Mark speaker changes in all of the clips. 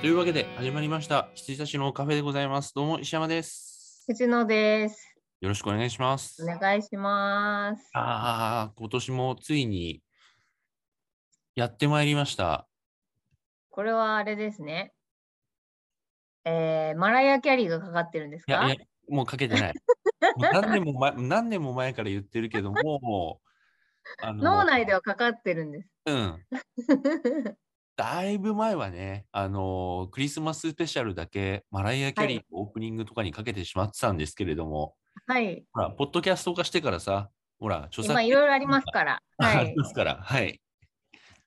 Speaker 1: というわけで始まりました羊たちのカフェでございますどうも石山です
Speaker 2: 藤野です。
Speaker 1: よろしくお願いします
Speaker 2: お願いします。
Speaker 1: ああ今年もついにやってまいりました
Speaker 2: これはあれですね。えー、マライア・キャリーがかかってるんです
Speaker 1: いや
Speaker 2: か
Speaker 1: いやもうかけて ないもう何年も前何年も前から言ってるけどももうあの
Speaker 2: 脳内ではかかってるんです。
Speaker 1: うんだいぶ前はね、あのークリスマススペシャルだけマライア・キャリーのオープニングとかにかけてしまってたんですけれども、
Speaker 2: はい。
Speaker 1: ほら、ポッドキャスト化してからさ、ほら、著作
Speaker 2: 今いろいろありますから。は
Speaker 1: あり
Speaker 2: い。
Speaker 1: ますから、はい。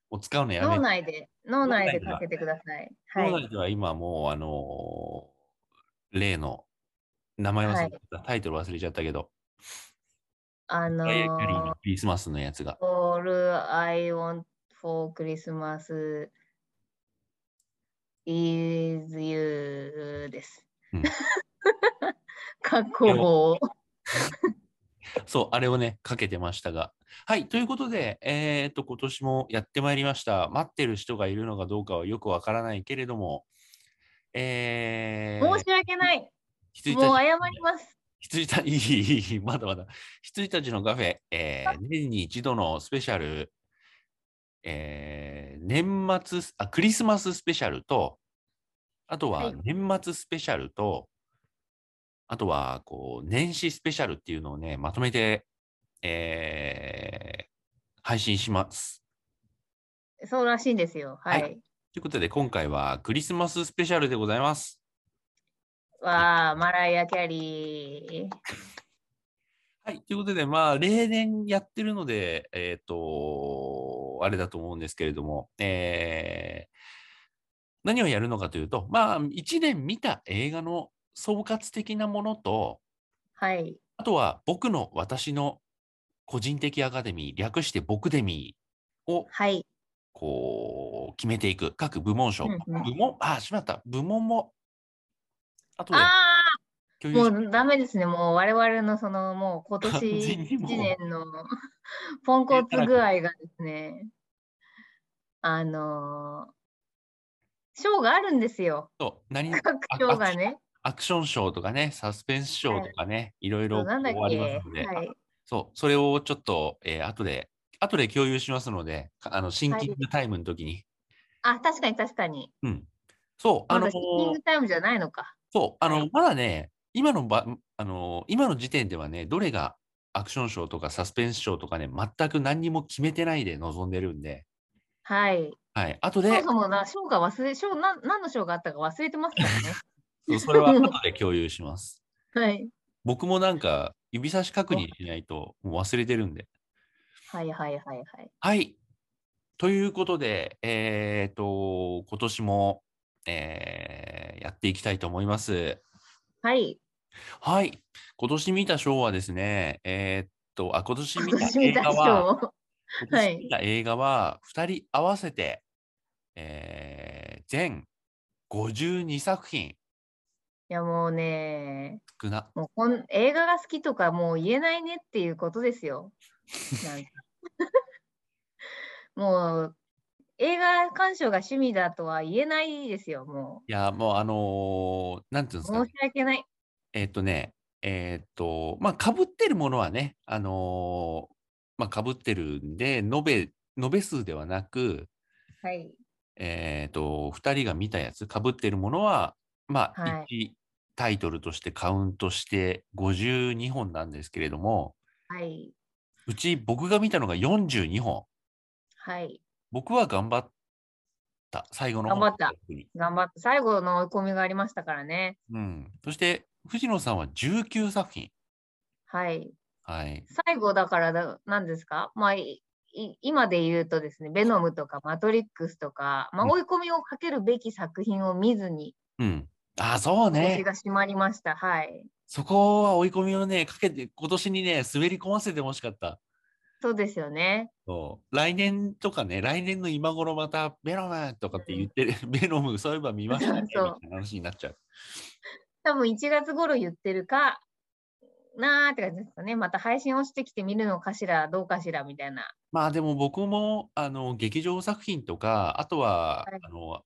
Speaker 1: お使うのやめ
Speaker 2: 脳
Speaker 1: て、
Speaker 2: 内で、脳内でかけてください。
Speaker 1: 脳
Speaker 2: はい。
Speaker 1: 内では今もう、あのー例の名前忘れちゃった、タイトル忘れちゃったけど、
Speaker 2: あの
Speaker 1: マライア・キャリー
Speaker 2: ー
Speaker 1: の、クリスマスのやつが、
Speaker 2: All I want for Christmas is you です。
Speaker 1: うん
Speaker 2: かっこ
Speaker 1: そう、あれをね、かけてましたが。はい、ということで、えーっと、今年もやってまいりました。待ってる人がいるのかどうかはよくわからないけれども、えー
Speaker 2: 申し訳ない。
Speaker 1: 羊
Speaker 2: もう
Speaker 1: たち
Speaker 2: 謝ります。
Speaker 1: 羊たち、いいいいいい、まだまだ。羊たちのカフェ、えー年に一度のスペシャル、えー年末スあ、クリスマススペシャルと、あと
Speaker 2: は
Speaker 1: はい年末スペシャルと、あとは、こう、年始スペシャルっていうのをね、まとめて、えー配信します。
Speaker 2: そうらしいんですよ。はい。
Speaker 1: はいということで、今回はクリスマススペシャルでございます。
Speaker 2: わあ、マライア・キャリー。
Speaker 1: はい。ということで、まあ、例年やってるので、えっ、と、あれだと思うんですけれども、えー何をやるのかというと、まあ、1年見た映画の総括的なものと、
Speaker 2: はい。
Speaker 1: あとは僕の私の個人的アカデミー、略して僕デミーを
Speaker 2: はい。
Speaker 1: こう決めていく、各部門賞、
Speaker 2: うんうん
Speaker 1: 部門、あ、しまった、部門も、あとで
Speaker 2: あ
Speaker 1: 共有
Speaker 2: あ、
Speaker 1: し
Speaker 2: もうダメですね。もう我々のその、もう 今年
Speaker 1: 完全に
Speaker 2: 1
Speaker 1: もう
Speaker 2: 年の ポンコツ具合がですね、あのー、賞があるんですよ。
Speaker 1: と何
Speaker 2: 各賞がね。
Speaker 1: アクション賞とかね、サスペンス賞とかね、いろいろこう
Speaker 2: なんだっ
Speaker 1: あり
Speaker 2: け、
Speaker 1: ますので、
Speaker 2: はい。
Speaker 1: そう、それをちょっと、えー、後で、後で共有しますので、かあの、シンキングタイムの時に。
Speaker 2: あ、確かに確かに。
Speaker 1: うん。そう、あ
Speaker 2: ま
Speaker 1: の
Speaker 2: だシッキングタイムじゃないのか。
Speaker 1: そう、あの、まだね、今のば、あの、今の時点ではね、どれがアクション賞とかサスペンス賞とかね、全く何にも決めてないで臨んでるんで、
Speaker 2: はい。
Speaker 1: はい、後
Speaker 2: そも
Speaker 1: で、
Speaker 2: そもな、賞が忘れ、賞、なん何の賞があったか忘れてますからね。
Speaker 1: そうそれは後で共有します。
Speaker 2: はい。
Speaker 1: 僕もなんか、指差し確認しないと、もう忘れてるんで。
Speaker 2: はいはいはいはい。
Speaker 1: はい。ということで、えっ、と、今年も、えーやっていきたいと思います。
Speaker 2: はい。
Speaker 1: はい。今年見た賞はですね、えっと、あ、今年見
Speaker 2: 今
Speaker 1: た
Speaker 2: 年
Speaker 1: 映
Speaker 2: 見た
Speaker 1: 画は、
Speaker 2: 賞。
Speaker 1: 今年見た映画は、2人合わせて、えー全52作品、
Speaker 2: いやもうね、
Speaker 1: 少な。
Speaker 2: もうこん映画が好きとかもう言えないねっていうことで すよ。なんか もう映画鑑賞が趣味だとは言えないですよ、も
Speaker 1: いや、もう、あのーなんていうん
Speaker 2: う。
Speaker 1: ですか
Speaker 2: 申
Speaker 1: ね
Speaker 2: し。訳ない。
Speaker 1: えっとね、えっと、まあ、かぶってるものはね、あのーまあ、かぶってるんで、延べ、延べ数ではなく、
Speaker 2: はい。
Speaker 1: えっと、2人が見たやつ、かぶってるものは、まあ、
Speaker 2: は
Speaker 1: 1
Speaker 2: い
Speaker 1: タイトルとしてカウントして52本なんですけれども、
Speaker 2: はい。
Speaker 1: うち僕が見たのが42本。
Speaker 2: はい。
Speaker 1: 僕は頑張った、最後の方
Speaker 2: 頑張った
Speaker 1: 特に
Speaker 2: 頑張って、最後の追い込みがありましたからね。
Speaker 1: うん。そして、藤野さんは19作品。
Speaker 2: はい。
Speaker 1: はい。
Speaker 2: 最後だからだ、なんですかまあ、いい今で言うとですね、ベノムとかマトリックスとか、まあ、
Speaker 1: うん
Speaker 2: 追い込みをかけるべき作品を見ずに、
Speaker 1: うん。ああ、そうね。
Speaker 2: 私が閉まりました。はい。
Speaker 1: そこは追い込みをね、かけて、今年にね、滑り込ませてほしかった。
Speaker 2: そうですよね。
Speaker 1: そう来年とかね、来年の今頃また、ベノムとかって言ってる、 ベノム、そういえば見ましたね、みた
Speaker 2: そう
Speaker 1: いな話になっちゃう。
Speaker 2: 多分1月頃言ってるかなーって感じですかね。また配信をしてきて見るのかしら、どうかしらみたいな。
Speaker 1: まあでも僕も、あの、劇場作品とか、あとは、
Speaker 2: はい
Speaker 1: あの、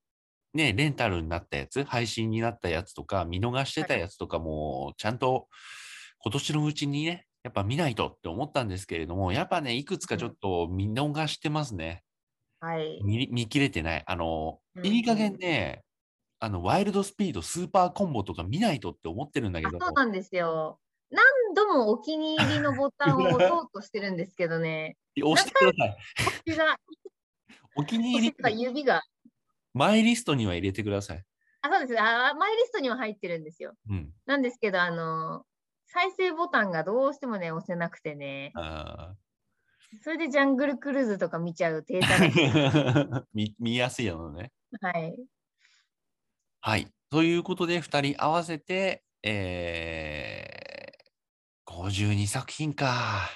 Speaker 1: ね、レンタルになったやつ、配信になったやつとか、見逃してたやつとかも、ちゃんと今年のうちにね、やっぱ見ないとって思ったんですけれども、やっぱね、いくつかちょっと見逃してますね。
Speaker 2: はい。
Speaker 1: 見見切れてない。あの、
Speaker 2: うん
Speaker 1: いい加減ね、あの、ワイルドスピード、スーパーコンボとか見ないとって思ってるんだ
Speaker 2: あ
Speaker 1: け
Speaker 2: そ
Speaker 1: ど、
Speaker 2: うなんですよ。何度もお気に入りのボタンを押そうとしてるんですけどね、
Speaker 1: 押してくださ い。
Speaker 2: 手が、
Speaker 1: お気に
Speaker 2: 手
Speaker 1: 入
Speaker 2: とか
Speaker 1: り、
Speaker 2: 指が、
Speaker 1: マイリストには入れてください。
Speaker 2: あ、そうです。あ、マイリストには入ってるんですよ。
Speaker 1: うん。
Speaker 2: なんですけど、あの、再生ボタンがどうしてもね、押せなくてね、
Speaker 1: あ
Speaker 2: それでジャングルクルーズとか見ちゃう停滞です。
Speaker 1: ー見見やすいのね。
Speaker 2: はい。
Speaker 1: はい。ということで、2人合わせて、えー、52作品か。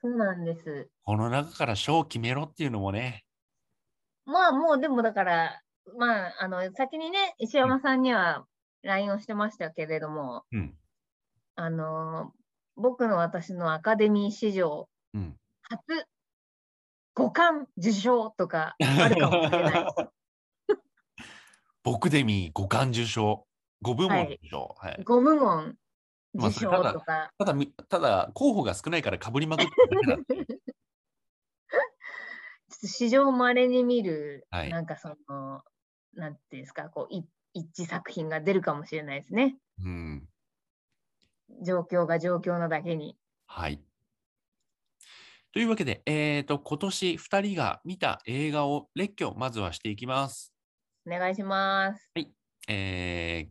Speaker 2: そうなんです。
Speaker 1: この中から賞を決めろっていうのもね。
Speaker 2: まあもうでもだから、まあ、あの、先にね、石山さんには LINE をしてましたけれども、
Speaker 1: うん。
Speaker 2: あの、僕の私のアカデミー史上
Speaker 1: うん。
Speaker 2: 初五冠受賞とかあるかもしれない。
Speaker 1: 僕デミー五冠受賞、5部門受賞。はい
Speaker 2: 5部門
Speaker 1: まあ
Speaker 2: 受
Speaker 1: それた
Speaker 2: 賞
Speaker 1: だ
Speaker 2: とか、
Speaker 1: ただみ、ただ、候補が少ないからかぶりまくってるだけだ
Speaker 2: ちょっと史上まれに見る、
Speaker 1: はい
Speaker 2: なんかその、なんていうんですか、こう、い一致作品が出るかもしれないですね。
Speaker 1: うん。
Speaker 2: 状況が状況なだけに。
Speaker 1: はい。というわけで、えっ、と、今年2人が見た映画を列挙、まずはしていきます。
Speaker 2: お願いします。
Speaker 1: えー、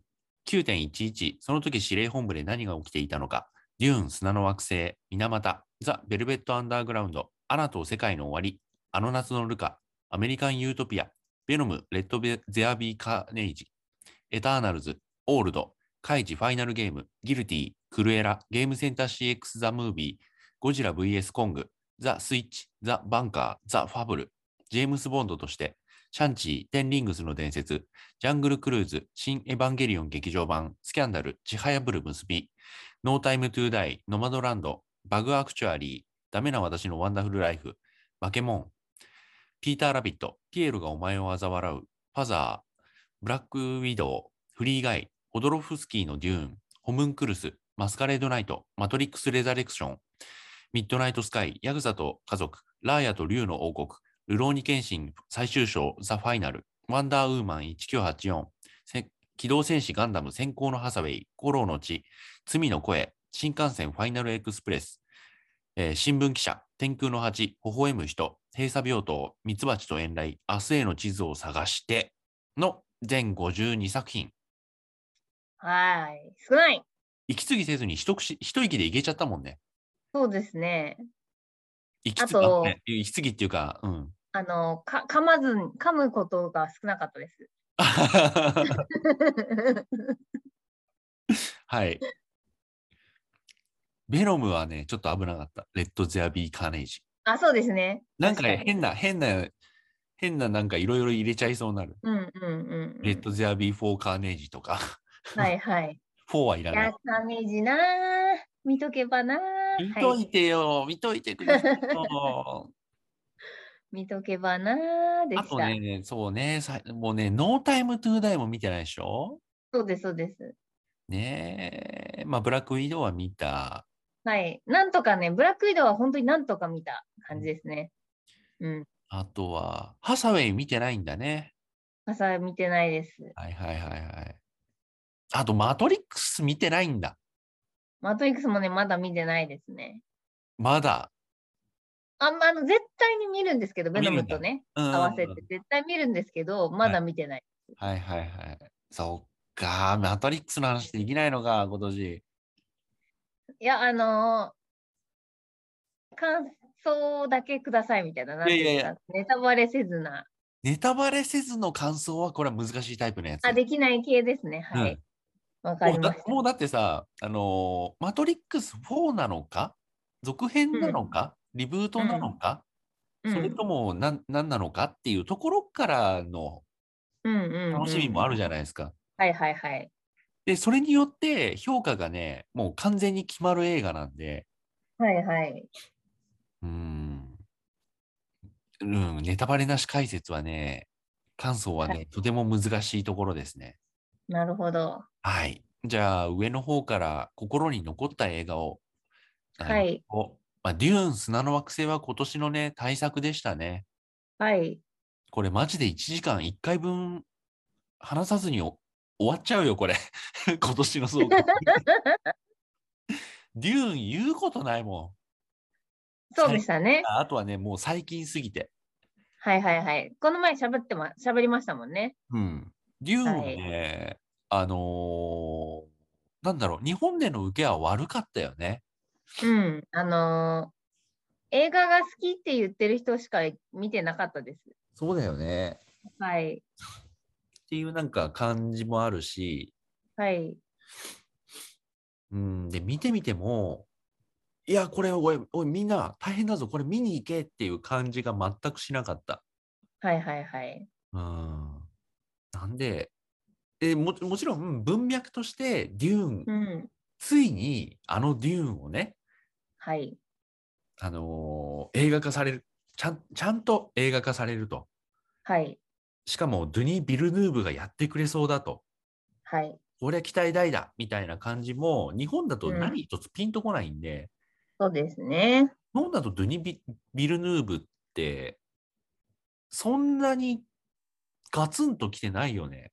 Speaker 1: 9.11、その時司令本部で何が起きていたのか、デューン、砂の惑星、水俣、ザ・ベルベット・アンダーグラウンド、アナと世界の終わり、あの夏のルカ、アメリカン・ユートピア、ベノム、レッドベ・ゼアビー・カーネイジ、エターナルズ、オールド、カイジ・ファイナル・ゲーム、ギルティ、クルエラ、ゲームセンター CX ・ザ・ムービー、ゴジラ VS コング、ザ・スイッチ、ザ・バンカー、ザ・ファブル、ジェームス・ボンドとして、シャンチー、テンリングスの伝説、ジャングルクルーズ、新エヴァンゲリオン劇場版、スキャンダル、ちはやぶる結び、ノータイムトゥーダイ、ノマドランド、バグアクチュアリー、ダメな私のワンダフルライフ、バケモン、ピーター・ラビット、ピエールがお前を嘲笑う、ファザー、ブラック・ウィドウ、フリーガイ、ホドロフスキーのデューン、ホムンクルス、マスカレード・ナイト、マトリックス・レザレクション、ミッドナイト・スカイ、ヤグザと家族、ラーヤと竜の王国、ルローニケンシン最終章ザ・ファイナル、ワンダーウーマン1984、せ機動戦士ガンダム先行のハサウェイ、コローの地、罪の声、新幹線ファイナルエクスプレス、えー新聞記者、天空の蜂、微笑む人、閉鎖病棟、ミツバチと遠雷、明日への地図を探しての全52作品。
Speaker 2: はい。少ない。
Speaker 1: 息継ぎせずに一口一息でいけちゃったもんね。
Speaker 2: そうですね。
Speaker 1: 息継ぎ
Speaker 2: あと
Speaker 1: ね息継ぎっていうか、うん。
Speaker 2: あの、か噛まずに、噛むことが少なかったです。
Speaker 1: はい。ベノムはね、ちょっと危なかった。レッド・ゼア・ビー・カーネイジ。
Speaker 2: あ、そうですね。
Speaker 1: なんかね
Speaker 2: 確かに
Speaker 1: 変な、変な、変ななんかいろいろ入れちゃいそうになる。
Speaker 2: うんうんうんうん。
Speaker 1: レッド・ゼア・ビー・フォー・カーネイジとか、
Speaker 2: はいはい。
Speaker 1: 4はいら
Speaker 2: い
Speaker 1: な
Speaker 2: や
Speaker 1: い。、
Speaker 2: ダメージなー見とけばなー
Speaker 1: 見
Speaker 2: は
Speaker 1: と
Speaker 2: い
Speaker 1: いてよ、見といてくださいよ。
Speaker 2: 見とけばなー で
Speaker 1: あ
Speaker 2: し
Speaker 1: と
Speaker 2: た。
Speaker 1: ね、そうね、さもうね、ノータイム・トゥ・ダイも見てないでしょ
Speaker 2: そうです、そうです。
Speaker 1: ねえ、まあ、ブラック・ウィドウは見た。
Speaker 2: はい。なんとかね、ブラックウィドウは本当になんとか見た感じですね。うん。
Speaker 1: あとは、ハサウェイ見てないんだね。
Speaker 2: 朝見てないです。
Speaker 1: はいはいはいはい。あと、マトリックス見てないんだ。
Speaker 2: マトリックスもね、まだ見てないですね。
Speaker 1: まだ。
Speaker 2: あんまあの絶対に見るんですけど、ベノムとね、
Speaker 1: 合
Speaker 2: 合わせて絶対見るんですけど、まだ見てない。
Speaker 1: はいはいはい。そっか、マトリックスの話できないのか、今年。
Speaker 2: いや、あのー感想だけくださいみたいな。なんていうんですか
Speaker 1: いや
Speaker 2: ネタバレせずな。
Speaker 1: ネタバレせずの感想は、これは難しいタイプのやつ。
Speaker 2: あ、できない系ですね。はい。わ、か
Speaker 1: も
Speaker 2: り
Speaker 1: う
Speaker 2: ま
Speaker 1: だ
Speaker 2: した。
Speaker 1: もうだってさ、あのーマトリックス4なのか続編なのか、リブートなのか、
Speaker 2: うん
Speaker 1: それとも何何なのかっていうところからの
Speaker 2: うんうんうん
Speaker 1: 楽しみもあるじゃないですか。
Speaker 2: はいはいはい。
Speaker 1: で、それによって評価がね、もう完全に決まる映画なんで、
Speaker 2: はいはい。
Speaker 1: うーん、うん、ネタバレなし解説はね、炭素はね、
Speaker 2: は
Speaker 1: とても難しいところですね。
Speaker 2: なるほど。
Speaker 1: はい。じゃあ、上の方から心に残った映画を。あの
Speaker 2: はい。
Speaker 1: おまあ、デューン砂の惑星は今年のね、大作でしたね。
Speaker 2: はい。
Speaker 1: これマジで1時間1回分話さずにお終わっちゃうよ、これ。 今年の総 括。デューン言うことないも
Speaker 2: そうでしたね
Speaker 1: ん。。ああとはね、もう最近すぎて。
Speaker 2: はいはいはい。この前喋ってま、喋りましたもんね。
Speaker 1: うん。デューンはね、あのーなんだろう、日本での受けは悪かったよね。
Speaker 2: うん。あのー映画が好きって言ってる人しか見てなかったです。
Speaker 1: そうだよね。
Speaker 2: はい。
Speaker 1: っていうなんか感じもあるし、
Speaker 2: はい。
Speaker 1: うん、で、見てみても、いや、これ、おい、おい、みんな、大変だぞ、これ見に行けっていう感じが全くしなかった。
Speaker 2: はいはいはい。
Speaker 1: うん。なんで、えももちろん文脈として、デューン、
Speaker 2: うん。
Speaker 1: ついにあのデューンをね、
Speaker 2: はい。
Speaker 1: あのー映画化されるちゃん、ちゃんと映画化されると。
Speaker 2: はい。
Speaker 1: しかも、ドゥニー・ビルヌーブがやってくれそうだと。
Speaker 2: はい。
Speaker 1: 俺は期待大だみたいな感じも、日本だと
Speaker 2: うん
Speaker 1: 何一つピンとこないんで、
Speaker 2: そうですね。
Speaker 1: 日本だとドゥニビ・ビルヌーブって、そんなにガツンと来てないよね。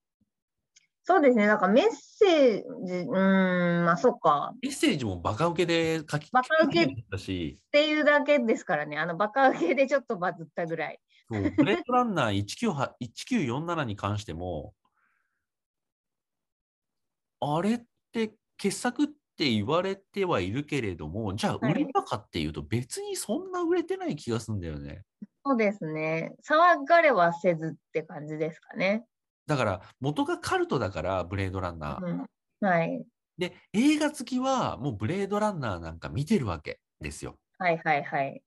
Speaker 2: そうですね。なんかメッセージ、うーん、まあそっか。
Speaker 1: メッセージもバカ受けで書き
Speaker 2: バカ受け
Speaker 1: だったし、
Speaker 2: っていうだけですからね。あの、バカ受けでちょっとバズったぐらい。
Speaker 1: そうブレードランナー19 1947に関しても、あれって傑作って言われてはいるけれども、じゃあ
Speaker 2: はい
Speaker 1: 売れたかっていうと別にそんな売れてない気がするんだよね。
Speaker 2: そうですね。騒がれはせずって感じですかね。
Speaker 1: だから元がカルトだから、ブレードランナー。
Speaker 2: うん、はい。
Speaker 1: で、映画好きはもうブレードランナーなんか見てるわけですよ。
Speaker 2: はいはいはい。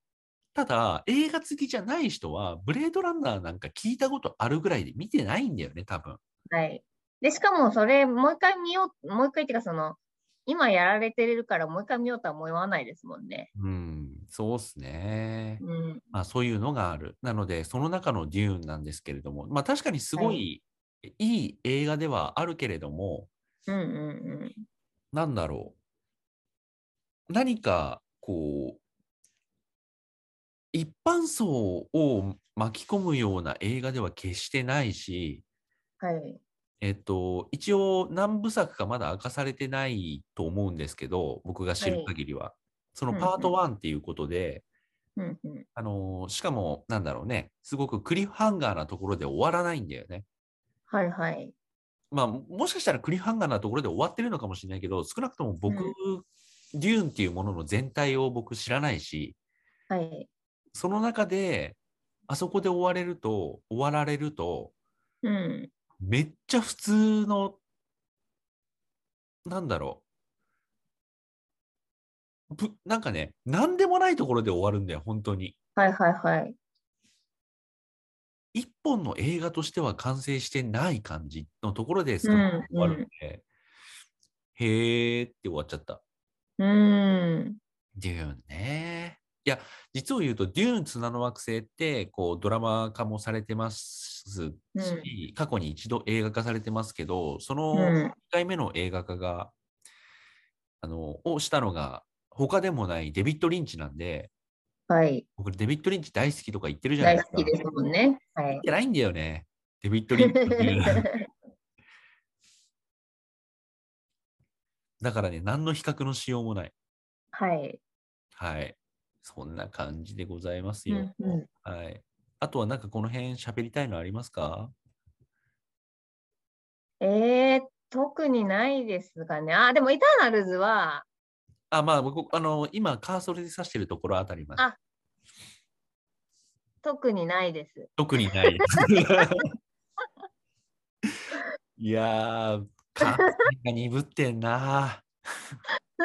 Speaker 1: ただ、映画好きじゃない人は、ブレードランナーなんか聞いたことあるぐらいで見てないんだよね、多分。
Speaker 2: はい。で、しかもそれ、もう一回見よう、もう一回っていうか、その、今やられてるから、もう一回見ようとは思わないですもんね。
Speaker 1: うん、そうっすね。
Speaker 2: うん。
Speaker 1: まあ、そういうのがある。なので、その中のデューンなんですけれども、まあ、確かにすご、
Speaker 2: はい
Speaker 1: い、い映画ではあるけれども、
Speaker 2: うんうんうん。
Speaker 1: なんだろう。何か、こう、一般層を巻き込むような映画では決してないし、
Speaker 2: はい。
Speaker 1: えっと、一応何部作かまだ明かされてないと思うんですけど、僕が知
Speaker 2: は
Speaker 1: る
Speaker 2: い
Speaker 1: 限りは。その
Speaker 2: うんうん
Speaker 1: パート1っていうことで、
Speaker 2: うんうん。
Speaker 1: あのーしかも、なんだろうね、すごくクリフハンガーなところで終わらないんだよね。
Speaker 2: はいはい。
Speaker 1: まあ、もしかしたらクリフハンガーなところで終わってるのかもしれないけど、少なくとも僕、
Speaker 2: う
Speaker 1: デューンっていうものの全体を僕知らないし、
Speaker 2: はい。
Speaker 1: その中で、あそこで終われると、終わられると、
Speaker 2: うん。
Speaker 1: めっちゃ普通の、なんだろう。ぶなんかね、なんでもないところで終わるんだよ、本当に。
Speaker 2: はいはいはい。
Speaker 1: 一本の映画としては完成してない感じのところで
Speaker 2: う
Speaker 1: 少
Speaker 2: ん
Speaker 1: なくとも終わるんで、へーって終わっちゃった。
Speaker 2: うん。
Speaker 1: デューンね。いや、実を言うと、デューン綱の惑星って、こう、ドラマ化もされてますし、
Speaker 2: うん
Speaker 1: 過去に一度映画化されてますけど、その、
Speaker 2: うん。
Speaker 1: 1回目の映画化が、あの、をしたのが、他でもないデビッド・リンチなんで、
Speaker 2: はい。
Speaker 1: 僕、デビッド・リンチ大好きとか言ってるじゃない
Speaker 2: 大
Speaker 1: です
Speaker 2: 好き
Speaker 1: か。
Speaker 2: ですもんね。は
Speaker 1: 見
Speaker 2: い。
Speaker 1: てないんだよね。デビッド・リンチっていうだからね、何の比較のしようもない。
Speaker 2: はい。
Speaker 1: はい。そんな感じでございます
Speaker 2: う
Speaker 1: よ。
Speaker 2: んうん
Speaker 1: はい。あとはなんかこの辺喋りたいのありますか
Speaker 2: えー、特にないですかね。あ、でも、イターナルズは、
Speaker 1: あ、まあ、僕、あの、今、カーソルで指してるところあたりまで
Speaker 2: あ。特にないです。
Speaker 1: 特にないです。 いやー、感性が鈍ってんな。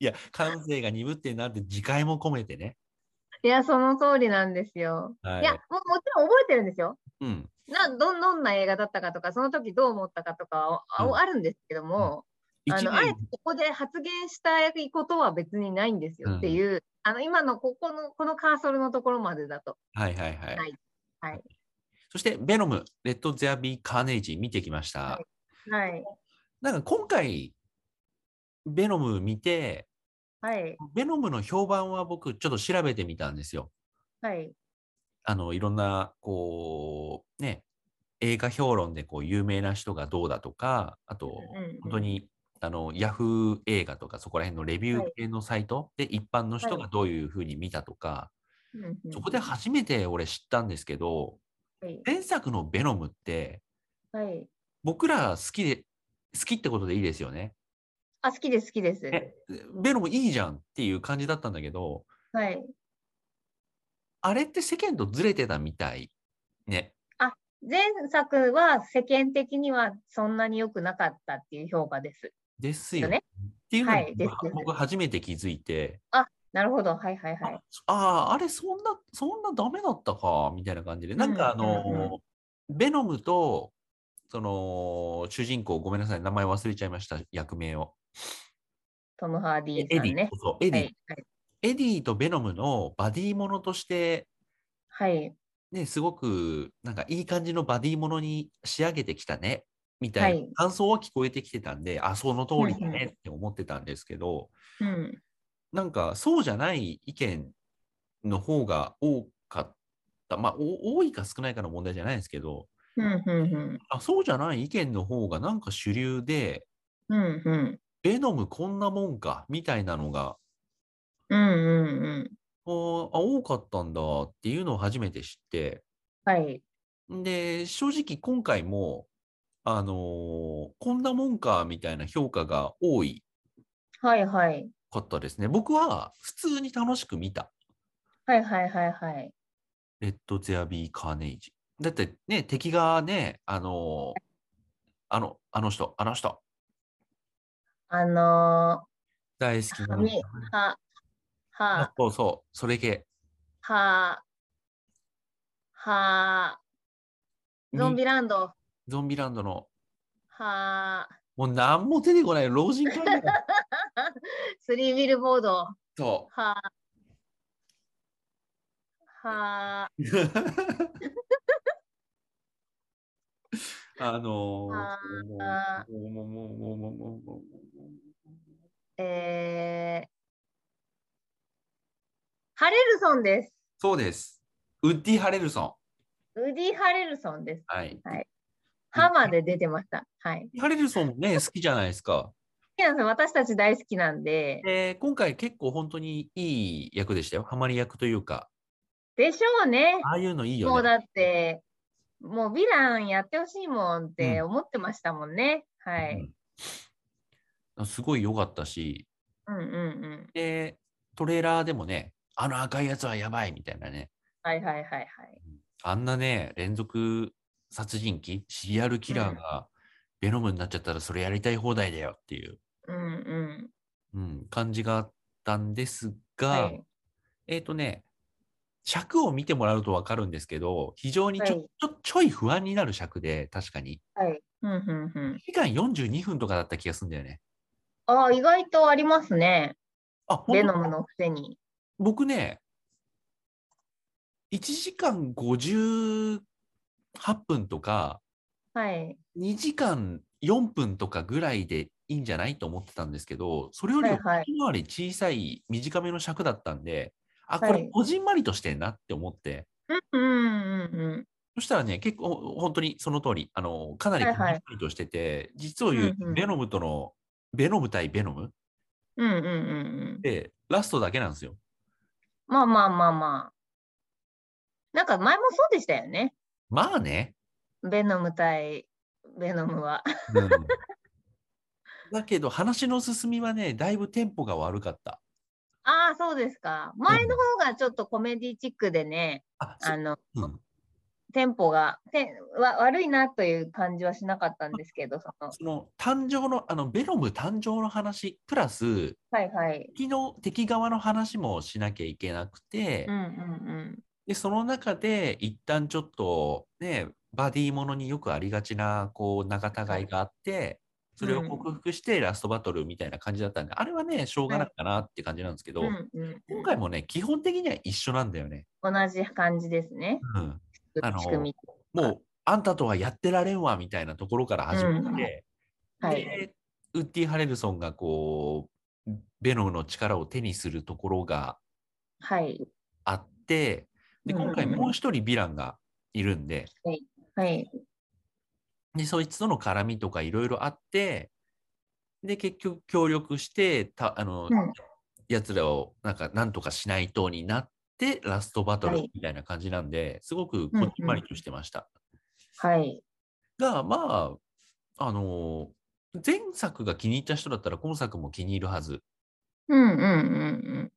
Speaker 1: いや、感性が鈍ってんなって自戒も込めてね。
Speaker 2: いや、その通りなんですよ。
Speaker 1: はい
Speaker 2: い、や、ももちろん覚えてるんですよ。
Speaker 1: うん。
Speaker 2: などどんな映画だったかとか、その時どう思ったかとかはあ
Speaker 1: うん
Speaker 2: あるんですけども、あ
Speaker 1: 一
Speaker 2: のあえ
Speaker 1: 年
Speaker 2: てここで発言したいことは別にないんですよっていう、あの今のここのこのカーソルのところまでだと。
Speaker 1: はいはいはい。
Speaker 2: はいはい
Speaker 1: そして、ベノム、レッド・ゼア・ビー・カーネイジ見てきました。
Speaker 2: はいはい。
Speaker 1: なんか今回、ベノム見て、
Speaker 2: はい。
Speaker 1: ベノムの評判は僕、ちょっと調べてみたんですよ。
Speaker 2: はい。
Speaker 1: あの、いろんな、こう、ね、映画評論でこう有名な人がどうだとか、あと、
Speaker 2: うん
Speaker 1: 本当に、あの、ヤフー映画とか、そこら辺のレビュー
Speaker 2: はい
Speaker 1: 系のサイトで一般の人
Speaker 2: は
Speaker 1: がどういうふうに見たとか、
Speaker 2: うんうん
Speaker 1: そこで初めて俺知ったんですけど、
Speaker 2: はい。
Speaker 1: 前作のベノムって、
Speaker 2: はい。
Speaker 1: 僕ら好きで、好きってことでいいですよね。
Speaker 2: あ、好きです、好きです。
Speaker 1: えベノムいいじゃんっていう感じだったんだけど、
Speaker 2: はい。
Speaker 1: あれって世間とずれてたみたい。ね。
Speaker 2: 前作は世間的にはそんなに良くなかったっていう評価です。
Speaker 1: ですよ
Speaker 2: ね
Speaker 1: ね。っていうの
Speaker 2: はい
Speaker 1: に
Speaker 2: です
Speaker 1: 僕僕初めて気づいて、
Speaker 2: なるほど。はいはいはい。
Speaker 1: ああ、あれそんな、そんなダメだったか、みたいな感じで。なんかあ
Speaker 2: うんうんうん
Speaker 1: の、ベノムと、その、主人公、ごめんなさい、名前忘れちゃいました、役名を。
Speaker 2: トム・ハーディー
Speaker 1: エ
Speaker 2: さ
Speaker 1: デ
Speaker 2: ん
Speaker 1: ィ、
Speaker 2: ね。
Speaker 1: そうそうエデ
Speaker 2: は
Speaker 1: ィ、
Speaker 2: いはい。
Speaker 1: エディとベノムのバディものとして、
Speaker 2: はい。
Speaker 1: ね、すごくなんかいい感じのバディものに仕上げてきたねみたい
Speaker 2: は
Speaker 1: ない感想は聞こえてきてたんで、あその通りだ
Speaker 2: うんうん
Speaker 1: ねって思ってたんですけど、
Speaker 2: うん。
Speaker 1: なんかそうじゃない意見の方が多かったまあお多いか少ないかの問題じゃないですけど
Speaker 2: うんうん
Speaker 1: あそうじゃない意見の方がなんか主流で
Speaker 2: うん。うんうん。
Speaker 1: ベノムこんなもんかみたいなのが
Speaker 2: うんうんうん。
Speaker 1: あーあ多かったんだっていうのを初めて知って。
Speaker 2: はい。
Speaker 1: で、正直今回も、あのーこんなもんかみたいな評価が多い
Speaker 2: はいはい。
Speaker 1: かったですね。僕は普通に楽しく見た。
Speaker 2: はいはいはいはい。
Speaker 1: レッド・ゼア・ビー・カーネイジ。だってね、敵がね、あのーあの、あの人、あの人、
Speaker 2: あの
Speaker 1: 大好き
Speaker 2: ー、
Speaker 1: なの。
Speaker 2: はみ、は、は、
Speaker 1: そうそう、それ系。
Speaker 2: は、は、ゾンビ
Speaker 1: に
Speaker 2: ランド、
Speaker 1: ゾンビランドの、
Speaker 2: は、
Speaker 1: もう何も出てこない、 老人会だよ
Speaker 2: スリービルボード、
Speaker 1: そ
Speaker 2: は、は、
Speaker 1: う。あの
Speaker 2: あ
Speaker 1: ーもうもうもうもうもうもうもうもう
Speaker 2: えー、ハレルソンです。
Speaker 1: そうです。ウッディ・ハレルソン。
Speaker 2: ウディ・ハレルソンです。
Speaker 1: はい。
Speaker 2: ハマで出てました。はい。
Speaker 1: ハレルソンもね、好きじゃないですか。
Speaker 2: 好きなんですよ私たち大好きなんで。
Speaker 1: で、今回結構本当にいい役でしたよ。ハマり役というか、
Speaker 2: でしょうね。
Speaker 1: ああいうのいい
Speaker 2: も
Speaker 1: よね。
Speaker 2: うだって、もうヴィランやってほしいもんって
Speaker 1: う
Speaker 2: 思ってましたもんね。はい。
Speaker 1: うんすごい良かったし、
Speaker 2: うんうんうん。
Speaker 1: で、トレーラーでもね、あの赤いやつはやばいみたいなね、
Speaker 2: はいはいはいはい。
Speaker 1: あんなね、連続殺人鬼、シリアルキラーがベノムになっちゃったらそれやりたい放題だよっていう、
Speaker 2: うんうん。
Speaker 1: うん、感じがあったんですが、
Speaker 2: はい。
Speaker 1: えっ、とね、尺を見てもらうと分かるんですけど、非常にちょ,、
Speaker 2: はい
Speaker 1: ちょちょい不安になる尺で、確かに。
Speaker 2: はい。うんうんうん。
Speaker 1: 期間42分とかだった気がするんだよね。
Speaker 2: ああ、意外とありますね。
Speaker 1: あ、ほ
Speaker 2: ベノムのくせに。
Speaker 1: 僕ね、1時間58分とか、
Speaker 2: はい。
Speaker 1: 2時間4分とかぐらいでいいんじゃないと思ってたんですけど、それより
Speaker 2: は
Speaker 1: も
Speaker 2: いはい
Speaker 1: 一回り小さい短めの尺だったんで、あ、こ
Speaker 2: はい
Speaker 1: れこじんまりとしてんなって思って、
Speaker 2: うんうんうんうん。
Speaker 1: そしたらね、結構、ほ本当にその通り、あの、かなり
Speaker 2: はいはい
Speaker 1: コミュニケーションとしてて、実を言うと、
Speaker 2: うんうん
Speaker 1: ベノムとの、ベノム対ベノムっ
Speaker 2: うんうんうんうん。
Speaker 1: て、ラストだけなんですよ。
Speaker 2: まあまあまあまあ。なんか前もそうでしたよね。
Speaker 1: まあね。
Speaker 2: ベノム対ベノムは。
Speaker 1: うん だけど、話の進みはね、だいぶテンポが悪かった。
Speaker 2: ああ、そうですか。前の方がちょっとコメディチックでね、
Speaker 1: あ、そ
Speaker 2: あの、
Speaker 1: うん、
Speaker 2: テンポがてわ悪いなという感じはしなかったんですけど、その、
Speaker 1: その、誕生の、あの、ベノム誕生の話、プラス、
Speaker 2: はいはい。
Speaker 1: 敵の、敵側の話もしなきゃいけなくて、
Speaker 2: うんうん
Speaker 1: で、その中で、一旦ちょっと、ね、バディものによくありがちな、こう、仲違いがあって、それを克服してラストバトルみたいな感じだったんで、あれはね、しょうがないかなって感じなんですけど、
Speaker 2: うん。うんうん
Speaker 1: 今回もね、基本的には一緒なんだよね。
Speaker 2: 同じ感じですね。
Speaker 1: うん。あの
Speaker 2: 仕組み。
Speaker 1: もうあんたとはやってられんわみたいなところから始まって、
Speaker 2: はい。
Speaker 1: でウッディ・ハレルソンがこうベノムの力を手にするところが
Speaker 2: はい。
Speaker 1: あってで
Speaker 2: うん
Speaker 1: 今回もう一人ヴィランがいるんで
Speaker 2: はい。
Speaker 1: でそいつとの絡みとかいろいろあってで結局協力してたあの、
Speaker 2: うん
Speaker 1: やつらをなんかなんとかしないとになってラストバトル
Speaker 2: はい
Speaker 1: みたいな感じなんで、すごくこっちまりとしてました。
Speaker 2: はい。
Speaker 1: がまああの前作が気に入った人だったら今作も気に入るはず
Speaker 2: うんうんうん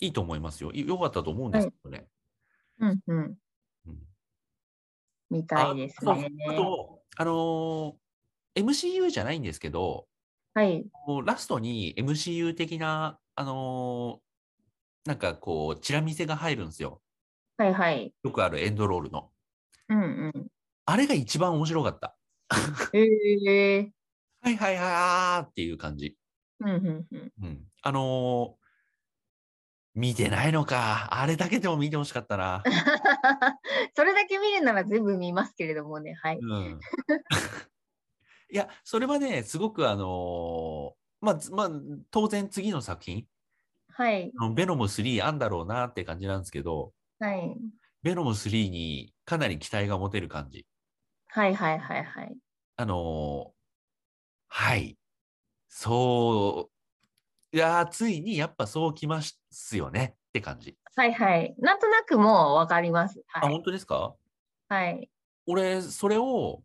Speaker 1: いいと思いますよ。い良かったと思うんですけどね。
Speaker 2: うん。うんうん。
Speaker 1: うん
Speaker 2: みたいですね。
Speaker 1: あそうあと、あのー MCU じゃないんですけど、
Speaker 2: はい。
Speaker 1: こうラストに MCU 的な、あのーなんかこう、チラ見せが入るんですよ。
Speaker 2: はいはい。
Speaker 1: よくあるエンドロールの。
Speaker 2: うんうん。
Speaker 1: あれが一番面白かった。
Speaker 2: ええ。
Speaker 1: はいはいはいあーっていう感じ。
Speaker 2: うんうんうん。
Speaker 1: うん。あのー見てないのか。あれだけでも見てほしかったな。
Speaker 2: それだけ見るなら全部見ますけれどもね。はい。
Speaker 1: うん、 いや、それはね、すごくあのーまあ、ずまあ、当然次の作品、
Speaker 2: はい。
Speaker 1: あのベノム3あんだろうなって感じなんですけど、
Speaker 2: はい。
Speaker 1: ベノム3にかなり期待が持てる感じ。
Speaker 2: はいはいはいはい。
Speaker 1: あのーはい。そう、いやー、ついにやっぱそうきますよねって感じ。
Speaker 2: はいはい。なんとなくもうわかります。
Speaker 1: あ、
Speaker 2: はい。
Speaker 1: 本当ですか
Speaker 2: はい。
Speaker 1: 俺、それを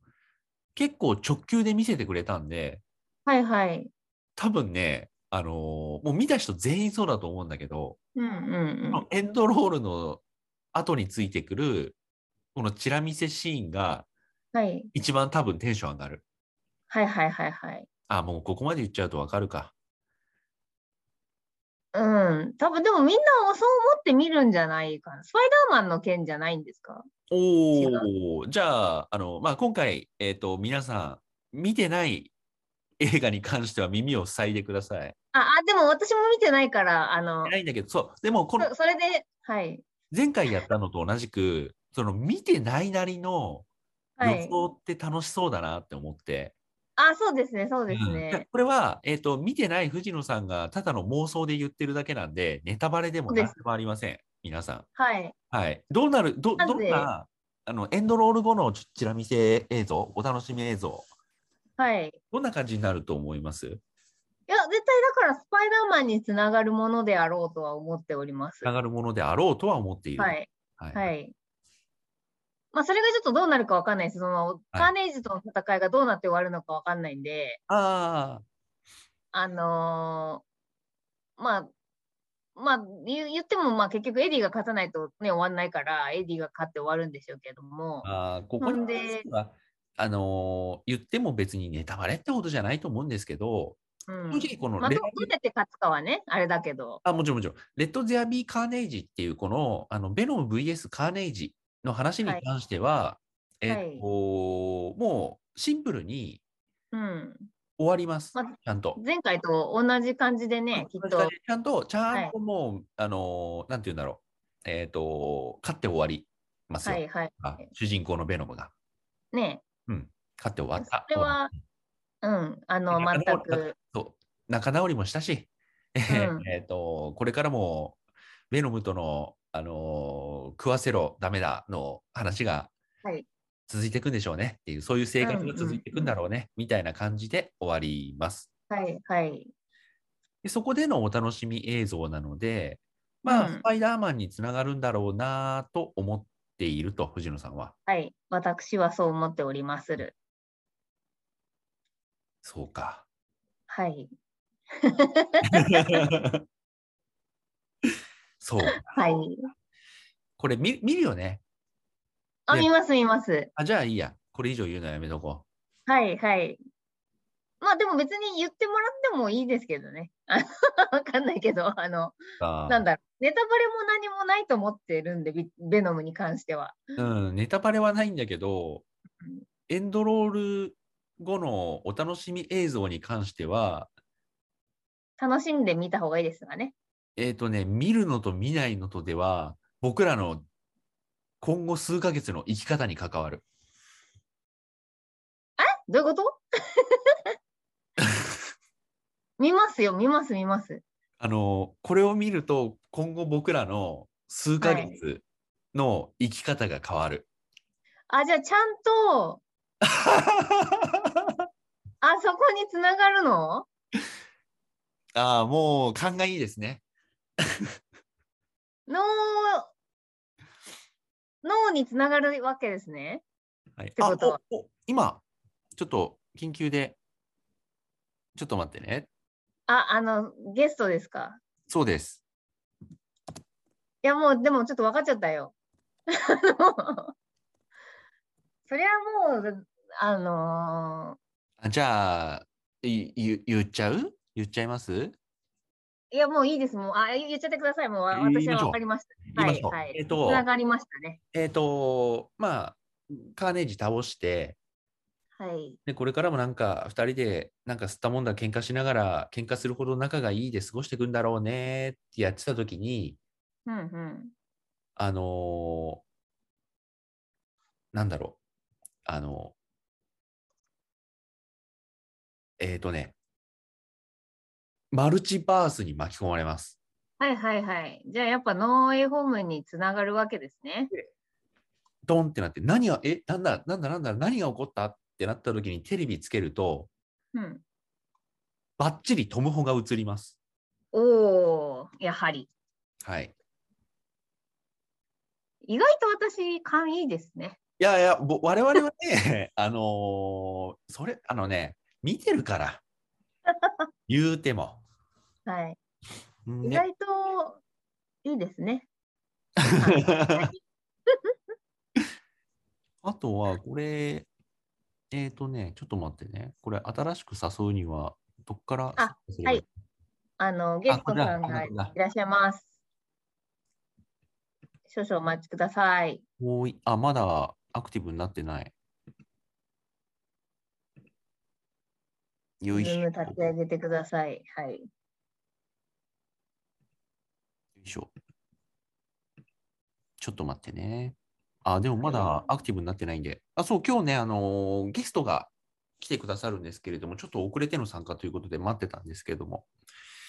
Speaker 1: 結構直球で見せてくれたんで、
Speaker 2: はいはい。
Speaker 1: 多分ね、あのーもう見た人全員そうだと思うんだけど、
Speaker 2: うんうんうん。
Speaker 1: エンドロールの後についてくる、このチラ見せシーンが
Speaker 2: はい。
Speaker 1: 一番多分テンション上がる。
Speaker 2: はいはいはいはい。
Speaker 1: あ、もうここまで言っちゃうとわかるか。
Speaker 2: うん。多分でもみんなそう思って見るんじゃないかな。スパイダーマンの件じゃないんですか
Speaker 1: おお、じゃあ、あの、まあ、今回、えっ、と、皆さん、見てない映画に関しては耳を塞いでください。
Speaker 2: ああ、でも私も見てないから、あの
Speaker 1: 見て、ないんだけど、そう、でも、この
Speaker 2: そそれで、はい。
Speaker 1: 前回やったのと同じく、その見てないなりの
Speaker 2: は
Speaker 1: 予
Speaker 2: い。
Speaker 1: 想って楽しそうだなって思って。
Speaker 2: あ、そうですね、そうです
Speaker 1: うんで
Speaker 2: ね。
Speaker 1: これは、えっ、と、見てない藤野さんがただの妄想で言ってるだけなんで、ネタバレでも
Speaker 2: そうで
Speaker 1: 何
Speaker 2: す
Speaker 1: でもありません。皆さん。
Speaker 2: はい。
Speaker 1: はい。どうなる、ど、
Speaker 2: なぜ
Speaker 1: どんな、あの、エンドロール後のちちら見せ映像、お楽しみ映像、
Speaker 2: はい。い
Speaker 1: どんな感じになると思います
Speaker 2: や、絶対だからスパイダーマンにつながるものであろうとは思っております。
Speaker 1: つながるものであろうとは思っている。
Speaker 2: はい。
Speaker 1: はい
Speaker 2: はい。まあ、それがちょっとどうなるかわかんないです。その、
Speaker 1: い
Speaker 2: カーネイジとの戦いがどうなって終わるのかわかんないんで、
Speaker 1: あ
Speaker 2: あのーまあ、まあ、言う言っても、まあ、結局エディが勝たないとね、終わんないから、エディが勝って終わるんでしょうけども
Speaker 1: ー、あー、ここ
Speaker 2: ほ
Speaker 1: に
Speaker 2: んで
Speaker 1: 関しては、あのー言っても別にネタバレってことじゃないと思うんですけど、
Speaker 2: うん
Speaker 1: 正。直この
Speaker 2: まあ、
Speaker 1: レ
Speaker 2: どどうやって勝つかはね、あれだけど、
Speaker 1: あ、もちろんもちろん。レッド・ゼア・ビー・カーネイジっていうこの、あの、ベノム VS カーネイジの話に
Speaker 2: はい
Speaker 1: 関しては、えっと
Speaker 2: はい
Speaker 1: もうシンプルに
Speaker 2: うん。
Speaker 1: 終わります。
Speaker 2: ま
Speaker 1: ちゃんと。
Speaker 2: 前回と同じ感じでね、きっと、
Speaker 1: ちゃんと、ちゃ
Speaker 2: は
Speaker 1: ん
Speaker 2: い
Speaker 1: ともう、あのーなんて言うんだろう。えっ、と、勝って終わりますよ、
Speaker 2: はいはい。
Speaker 1: あ主人公のベノムが。
Speaker 2: ね、
Speaker 1: 勝って終わ
Speaker 2: そ
Speaker 1: った。
Speaker 2: れは、うん、あの、
Speaker 1: 仲直
Speaker 2: 全
Speaker 1: り
Speaker 2: く、
Speaker 1: そう仲直りもしたし、
Speaker 2: ん
Speaker 1: えっと、これからも、ベノムとの、あのー食わせろ、ダメだの話が
Speaker 2: はい
Speaker 1: 続いていくんでしょうねっていう、そういう生活が続いていくんだろうね、みたいな感じで終わります。
Speaker 2: はい、はい。
Speaker 1: でそこでのお楽しみ映像なので、まあ、
Speaker 2: うん
Speaker 1: スパイダーマンにつながるんだろうなと思っていると、藤野さんは。
Speaker 2: はい、私はそう思っておりまする。
Speaker 1: そう か。
Speaker 2: はい、
Speaker 1: そう。
Speaker 2: はい。
Speaker 1: これ見見るよね。
Speaker 2: あ、
Speaker 1: ね
Speaker 2: 見ます、見ます。
Speaker 1: あ、じゃあいいや。これ以上言うのはやめとこう。
Speaker 2: はい、はい。まあでも別に言ってもらってもいいですけどね。 あのわかんないけど、あの、
Speaker 1: あー
Speaker 2: なんだろう、ネタバレも何もないと思ってるんで、ビベノムに関しては。
Speaker 1: うん、ネタバレはないんだけど
Speaker 2: うん、
Speaker 1: エンドロール後のお楽しみ映像に関しては、
Speaker 2: 楽しんでみた方がいいですがね。
Speaker 1: えっ、とね、見るのと見ないのとでは、僕らの今後数ヶ月の生き方に関わる。
Speaker 2: どういうこと見ますよ、見ます、見ます。
Speaker 1: あのこれを見ると今後僕らの数ヶ月の生き方が変わ る。
Speaker 2: あ、じゃあちゃんと、あそこにつながるの
Speaker 1: ああもう勘がいいですね。
Speaker 2: 脳、脳につながるわけですね。
Speaker 1: はい、
Speaker 2: てことは
Speaker 1: あおお今ちょっと緊急でちょっと待ってね。
Speaker 2: あ、あの、ゲストですか。
Speaker 1: そうです。
Speaker 2: いや、もう、でもちょっと分かっちゃったよ。 あのそりゃもう、あの
Speaker 1: あじゃあいい言っちゃう言っちゃいます
Speaker 2: いや、もういいです。もう、あ、言っちゃってください。もう、わ
Speaker 1: 言いまし
Speaker 2: 私
Speaker 1: ょう
Speaker 2: は分かりまし
Speaker 1: 言
Speaker 2: た。
Speaker 1: い
Speaker 2: は
Speaker 1: まし
Speaker 2: い、
Speaker 1: ょう
Speaker 2: はい。
Speaker 1: えっ
Speaker 2: つ
Speaker 1: と
Speaker 2: ながりましたね。
Speaker 1: えっ、とまあカーネージ倒して
Speaker 2: はい。
Speaker 1: でこれからもなんか2人でなんか吸ったもんだ喧嘩しながら喧嘩するほど仲がいいで過ごしていくんだろうねってやってた時に
Speaker 2: うんうん。
Speaker 1: あのーなんだろうあのえっ、とねマルチバースに巻き込まれます。
Speaker 2: はいはいはい。じゃあ、やっぱ、ノーエホームにつながるわけですね。
Speaker 1: ドンってなって何がえなんだなんだなんだ何が起こったってなった時にテレビつけると
Speaker 2: うん。
Speaker 1: バッチリトムホが映ります。
Speaker 2: おー、やはり。
Speaker 1: はい、
Speaker 2: 意外と私、勘いいですね。
Speaker 1: いやいや、ぼ我々はね、 あのーそれ、あのね、見てる から、言うても。
Speaker 2: はい。意
Speaker 1: ね、
Speaker 2: 外と、いいで すね。
Speaker 1: あとは、これ、えっ、とね、ちょっと待ってね、これ、新しく誘うには、どっから
Speaker 2: あ
Speaker 1: すればいい
Speaker 2: はいあの、ゲス
Speaker 1: こ
Speaker 2: トさん
Speaker 1: れだ
Speaker 2: が
Speaker 1: あ
Speaker 2: い
Speaker 1: これだ
Speaker 2: らっしゃいます。少々お待ちください。
Speaker 1: おーいあ、まだアクティブになってない。よいし
Speaker 2: ズー
Speaker 1: ょ。
Speaker 2: ム立ち上げてください。はい。
Speaker 1: よいしょ。ちょっと待ってね。あ、でもまだアクティブになってないんで。あ、そう、今日ね、あのーゲストが来てくださるんですけれども、ちょっと遅れての参加ということで待ってたんですけれども。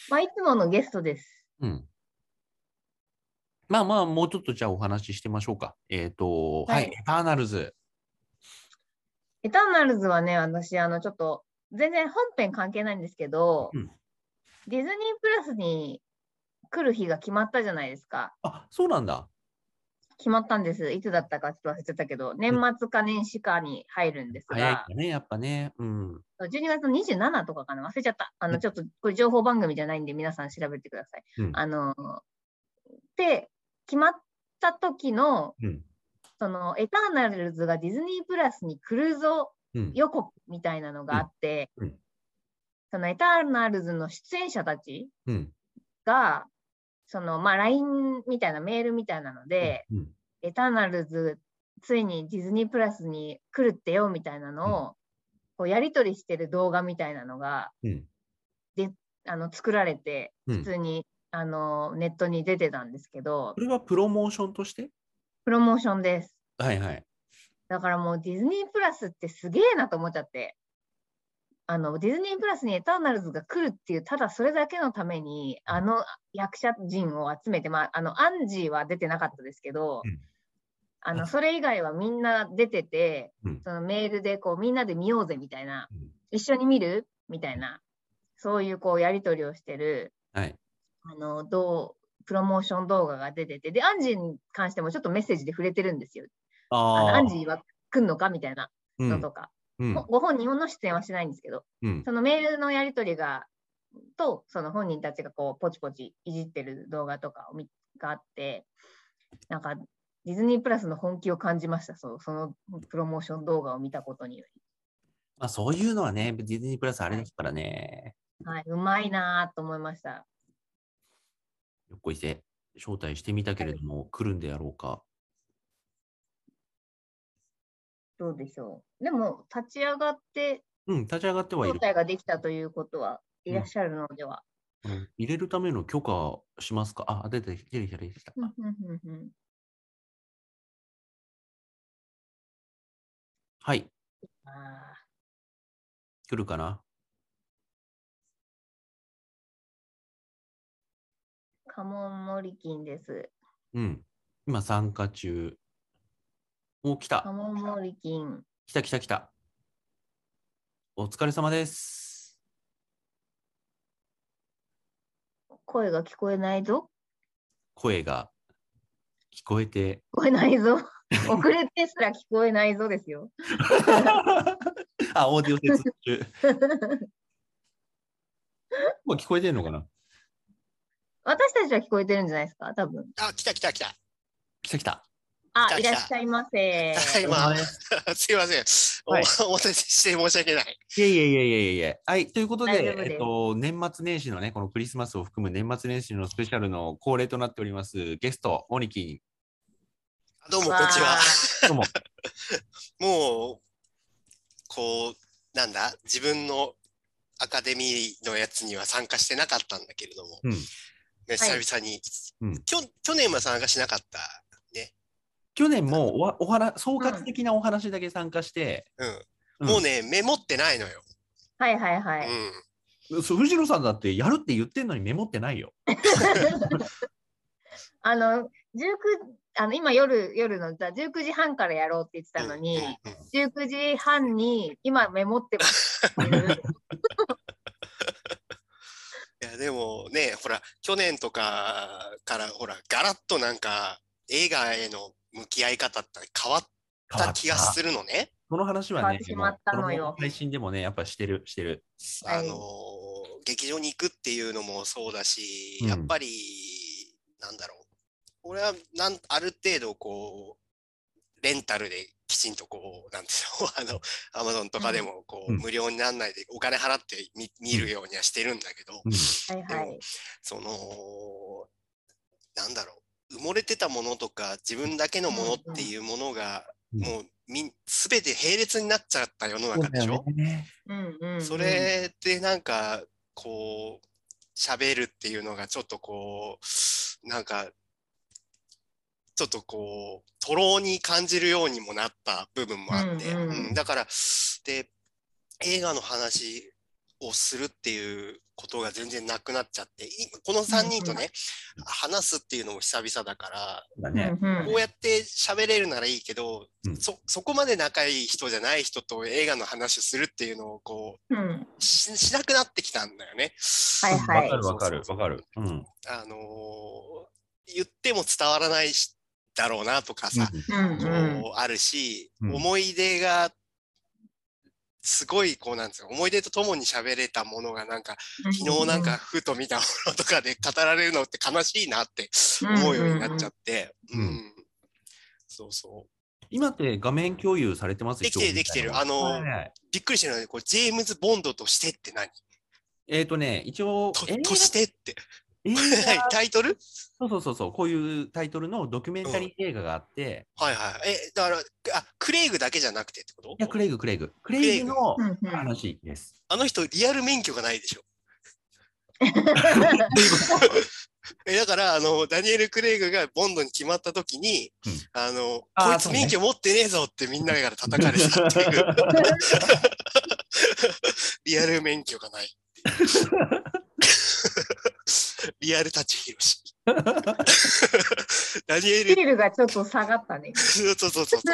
Speaker 2: まあ、いつものゲストです。
Speaker 1: うん。まあまあ、もうちょっとじゃあお話ししてましょうか。えっ、と、は
Speaker 2: はい
Speaker 1: い、エターナルズ。
Speaker 2: エターナルズはね、私、あの、ちょっと、全然本編関係ないんですけど、
Speaker 1: うん
Speaker 2: ディズニープラスに来る日が決まったじゃないですか。
Speaker 1: あ、そうなんだ。
Speaker 2: 決まったんです。いつだったかちょっと忘れちゃったけど、年末か年始かに入るんです
Speaker 1: 早い
Speaker 2: が
Speaker 1: か、ね、やっぱね。うん。
Speaker 2: 12月の27とかかな忘れちゃった。あ
Speaker 1: う
Speaker 2: の、
Speaker 1: ん
Speaker 2: ちょっと、これ情報番組じゃないんで、皆さん調べてください。
Speaker 1: うん
Speaker 2: あの、で、決まった時の、
Speaker 1: うん。
Speaker 2: その、エターナルズがディズニープラスに来るぞ
Speaker 1: うん。
Speaker 2: 予告みたいなのがあって、
Speaker 1: うんうん
Speaker 2: そのエターナルズの出演者たち
Speaker 1: うん。
Speaker 2: が、その、まあ、LINE みたいな、メールみたいなので、
Speaker 1: うん。
Speaker 2: エターナルズ、ついにディズニープラスに来るってよ、みたいなのを、こうやり取りしてる動画みたいなのが、
Speaker 1: うん。
Speaker 2: あの作られて
Speaker 1: う
Speaker 2: 普
Speaker 1: ん。
Speaker 2: 通に、あのネットに出てたんですけど
Speaker 1: それはプロモーションとして
Speaker 2: プロモーションです
Speaker 1: はいはい。
Speaker 2: だからもうディズニープラスってすげえなと思っちゃってあのディズニープラスにエターナルズが来るっていうただそれだけのためにあの役者陣を集めて、まあ、あのアンジーは出てなかったですけど、
Speaker 1: うん
Speaker 2: あ
Speaker 1: あ
Speaker 2: のそれ以外はみんな出てて、
Speaker 1: うん
Speaker 2: そのメールでこうみんなで見ようぜみたいな
Speaker 1: うん
Speaker 2: 一緒に見るみたいなそういうこうやり取りをしてる
Speaker 1: はい。
Speaker 2: あの、どう、プロモーション動画が出てて、で、アンジーに関してもちょっとメッセージで触れてるんですよ。あの
Speaker 1: あ
Speaker 2: ア
Speaker 1: あ
Speaker 2: ンジーは来んのかみたいな
Speaker 1: う
Speaker 2: の
Speaker 1: ん
Speaker 2: とか、
Speaker 1: うん
Speaker 2: ほご本人の出演はしないんですけど、
Speaker 1: うん。
Speaker 2: そのメールのやり取りが、と、その本人たちがこう、ポチポチいじってる動画とかを見があって、なんか、ディズニープラスの本気を感じました、そうそのプロモーション動画を見たことによ
Speaker 1: まあ、そういうのはね、ディズニープラスあれですからね。
Speaker 2: り。はい、うまいなぁと思いました。
Speaker 1: よっこいせ、招待してみたけれども、来るんでやろうか。
Speaker 2: どうでしょう。でも、立ち上がって、
Speaker 1: うん、立ち上がってはい
Speaker 2: 招
Speaker 1: る。
Speaker 2: 待ができたということは、
Speaker 1: うん
Speaker 2: いらっしゃるのでは。
Speaker 1: うん入れるための許可しますかあ、出てきてる、出てきた。
Speaker 2: うんうんうんうん
Speaker 1: はい。
Speaker 2: あ
Speaker 1: 来るかな
Speaker 2: カモンモリキンです。
Speaker 1: うん。今参加中。お、来
Speaker 2: カ
Speaker 1: た。
Speaker 2: モンモリキン。
Speaker 1: 来た来た来た。お疲れ様です。
Speaker 2: 声が聞こえないぞ。
Speaker 1: 声が聞こえて。
Speaker 2: 聞こえない ぞ。遅れてすら聞こえないぞですよ。
Speaker 1: あ、オーディオ接続中。もう聞こえてんのかな
Speaker 2: 私たちは聞こえてるんじゃないですか、多分。
Speaker 3: あ、来た来た来た。
Speaker 1: 来た来た。
Speaker 2: あ、い
Speaker 3: 来た来た
Speaker 2: らっしゃいま せ。
Speaker 3: ただいま。すいません。お
Speaker 1: はい
Speaker 3: お待たせして申し訳ない。
Speaker 1: いえいえいえいえいえ。はい、ということ
Speaker 2: 大丈
Speaker 1: で
Speaker 2: 夫で、す
Speaker 1: えっと、年末年始のね、このクリスマスを含む年末年始のスペシャルの恒例となっております、ゲスト、モニキ
Speaker 3: どうも、こんにちは
Speaker 2: わ。ー
Speaker 1: ン。どうも。
Speaker 3: もう、こう、なんだ、自分のアカデミーのやつには参加してなかったんだけれども、
Speaker 1: うん
Speaker 3: ね久々に、
Speaker 1: うん
Speaker 3: きょ去年は参加しなかった。
Speaker 1: 去年もおわおはら総括的なお話だけ参加して、
Speaker 3: うん、もうね、メモってないのよ。
Speaker 2: はいはいはい。
Speaker 1: そう藤野さんだってやるって言ってんのにメモってないよ。
Speaker 2: あの、19、あの、今夜、夜のじゃあ19時半からやろうって言ってたのに、
Speaker 3: うん
Speaker 2: 19時半に今メモってます っていう。
Speaker 3: いやでもね、ほら、去年とかから、ほら、ガラッとなんか、映画への向き合い方って変わっ
Speaker 1: 変わ
Speaker 3: た
Speaker 1: った
Speaker 3: 気がするのね。
Speaker 1: この話は
Speaker 2: 変わ
Speaker 1: ね
Speaker 2: って、しまったのよ
Speaker 1: もうこ配信でもね、やっぱしてる、してる。
Speaker 2: はい
Speaker 3: あのー、劇場に行くっていうのもそうだし、
Speaker 1: うん
Speaker 3: やっぱり、なんだろう。俺はなん、ある程度、こう、レンタルできちんとこう、なんていうの、 あの、アマゾンとかでも、こう、
Speaker 1: うん
Speaker 3: 無料にならないで、お金払って見見るようにはしてるんだけど、
Speaker 1: うん
Speaker 2: はいはい。
Speaker 3: そのなんだろう埋もれてたものとか自分だけのものっていうものが、
Speaker 1: うん
Speaker 3: もうみん全て並列になっちゃった世の中でしょ、
Speaker 1: ね。
Speaker 2: うんうん、うん。
Speaker 3: それでなんかこう喋るっていうのがちょっとこうなんかちょっとこうとろに感じるようにもなった部分もあって、
Speaker 2: うんうん
Speaker 3: うんだからで映画の話をするっていうことが全然なくなっちゃって今この3人とね、話すっていうのも久々だから
Speaker 1: だ
Speaker 2: うん
Speaker 1: ね。
Speaker 2: うん
Speaker 3: こうやって喋れるならいいけど、
Speaker 1: うん
Speaker 3: そそこまで仲いい人じゃない人と映画の話をするっていうのをこう
Speaker 2: うん
Speaker 3: ししなくなってきたんだよね。
Speaker 2: はい
Speaker 1: わ、
Speaker 2: はい
Speaker 1: かるわかる
Speaker 3: そうそ
Speaker 1: わ
Speaker 3: う
Speaker 1: かる。うん。うん
Speaker 3: あのー言っても伝わらないしだろうなとかさ、
Speaker 2: うんうん。
Speaker 3: こうあるし、
Speaker 1: うん
Speaker 3: 思い出がすごいこうなんですよ思い出とともに喋れたものがなんか昨日なんかふと見たものとかで語られるのって悲しいなって思うようになっちゃって、
Speaker 1: う
Speaker 3: うんん
Speaker 1: うん
Speaker 3: そうそ
Speaker 1: 今って画面共有されてま
Speaker 3: う
Speaker 1: す
Speaker 3: できてるできてるあのー、
Speaker 1: はい
Speaker 3: びっくりしてるのでこうジェームズ・ボンドとしてって何
Speaker 1: えっ、とね、一応
Speaker 3: と
Speaker 1: 映画
Speaker 3: としてって
Speaker 1: 映画
Speaker 3: タイトル
Speaker 1: そうそうそうそう、こういうタイトルのドキュメンタリー映画があって、
Speaker 3: はいはい。え、だから、あ、クレイグだけじゃなくてってこと
Speaker 1: いや、クレイグ、クレイグ。ク
Speaker 3: イグ
Speaker 1: レイグの
Speaker 2: うんうん
Speaker 1: 話です。
Speaker 3: あの人、リアル免許がないでしょ。 え、だから、あの、ダニエル・クレイグがボンドに決まった時に、
Speaker 1: うん
Speaker 3: あの、
Speaker 1: あー
Speaker 3: こいつ
Speaker 1: そうね
Speaker 3: 免許持ってねえぞってみんなから叩かれたっていう、 リアル免許がないっ ていう。リアル舘ひろし。 ダニエ
Speaker 2: ス
Speaker 3: ル、
Speaker 2: キルがちょっと下がったね。
Speaker 3: そうそうそうそう。
Speaker 1: ち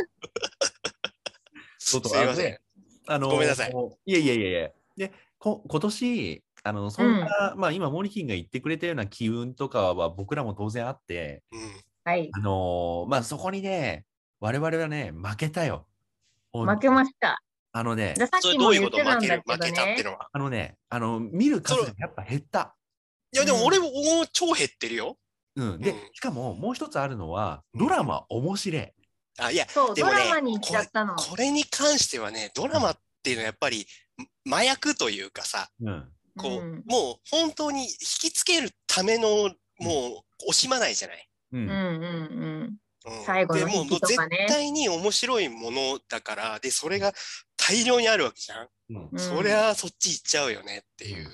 Speaker 1: ょっと
Speaker 3: すいません
Speaker 1: あのねあの
Speaker 3: ごめんなさい。
Speaker 1: いやいやいやいや。で、こ今年、あのそんな、まあ今、モリキンが言ってくれたような機運とかは僕らも当然あって、
Speaker 3: うん。
Speaker 2: はい。
Speaker 1: あのまあそこにね、我々はね、負けたよ。
Speaker 2: 負けました。
Speaker 1: あのね
Speaker 2: じゃ、あさっ
Speaker 3: それ
Speaker 2: き
Speaker 3: ど
Speaker 2: も
Speaker 3: ういう
Speaker 2: 言っ
Speaker 3: こと
Speaker 2: てた
Speaker 3: 負
Speaker 2: ん
Speaker 3: け
Speaker 2: だ
Speaker 3: る、
Speaker 2: け
Speaker 3: 負
Speaker 2: ど
Speaker 3: けたって
Speaker 2: ね。
Speaker 3: のは。
Speaker 1: あのね、あの見る数がやっぱ減った。
Speaker 3: いや、でも俺も、俺も超減ってるよ。
Speaker 1: うん、で
Speaker 3: うん、
Speaker 1: しかももう一つあるのは、
Speaker 3: うん
Speaker 1: ドラマ面白い。
Speaker 3: あ、いや、
Speaker 2: そう、
Speaker 3: で
Speaker 2: ド
Speaker 3: もね
Speaker 2: ラマに行っちゃったの。
Speaker 3: これに関してはね、ドラマっていうのはやっぱりん麻薬というかさ、
Speaker 1: うん、
Speaker 3: こう、
Speaker 2: うん
Speaker 3: もう本当に引きつけるための、もう惜しまないじゃない。
Speaker 1: う
Speaker 2: うん
Speaker 1: ん、
Speaker 2: うんうん。
Speaker 3: うん
Speaker 2: 最後の
Speaker 3: でもう
Speaker 2: 引きとかね
Speaker 3: もう絶対に面白いものだから、で、それが大量にあるわけじゃん。
Speaker 1: うん
Speaker 2: うん
Speaker 3: そりゃそっち行っちゃうよねっていう。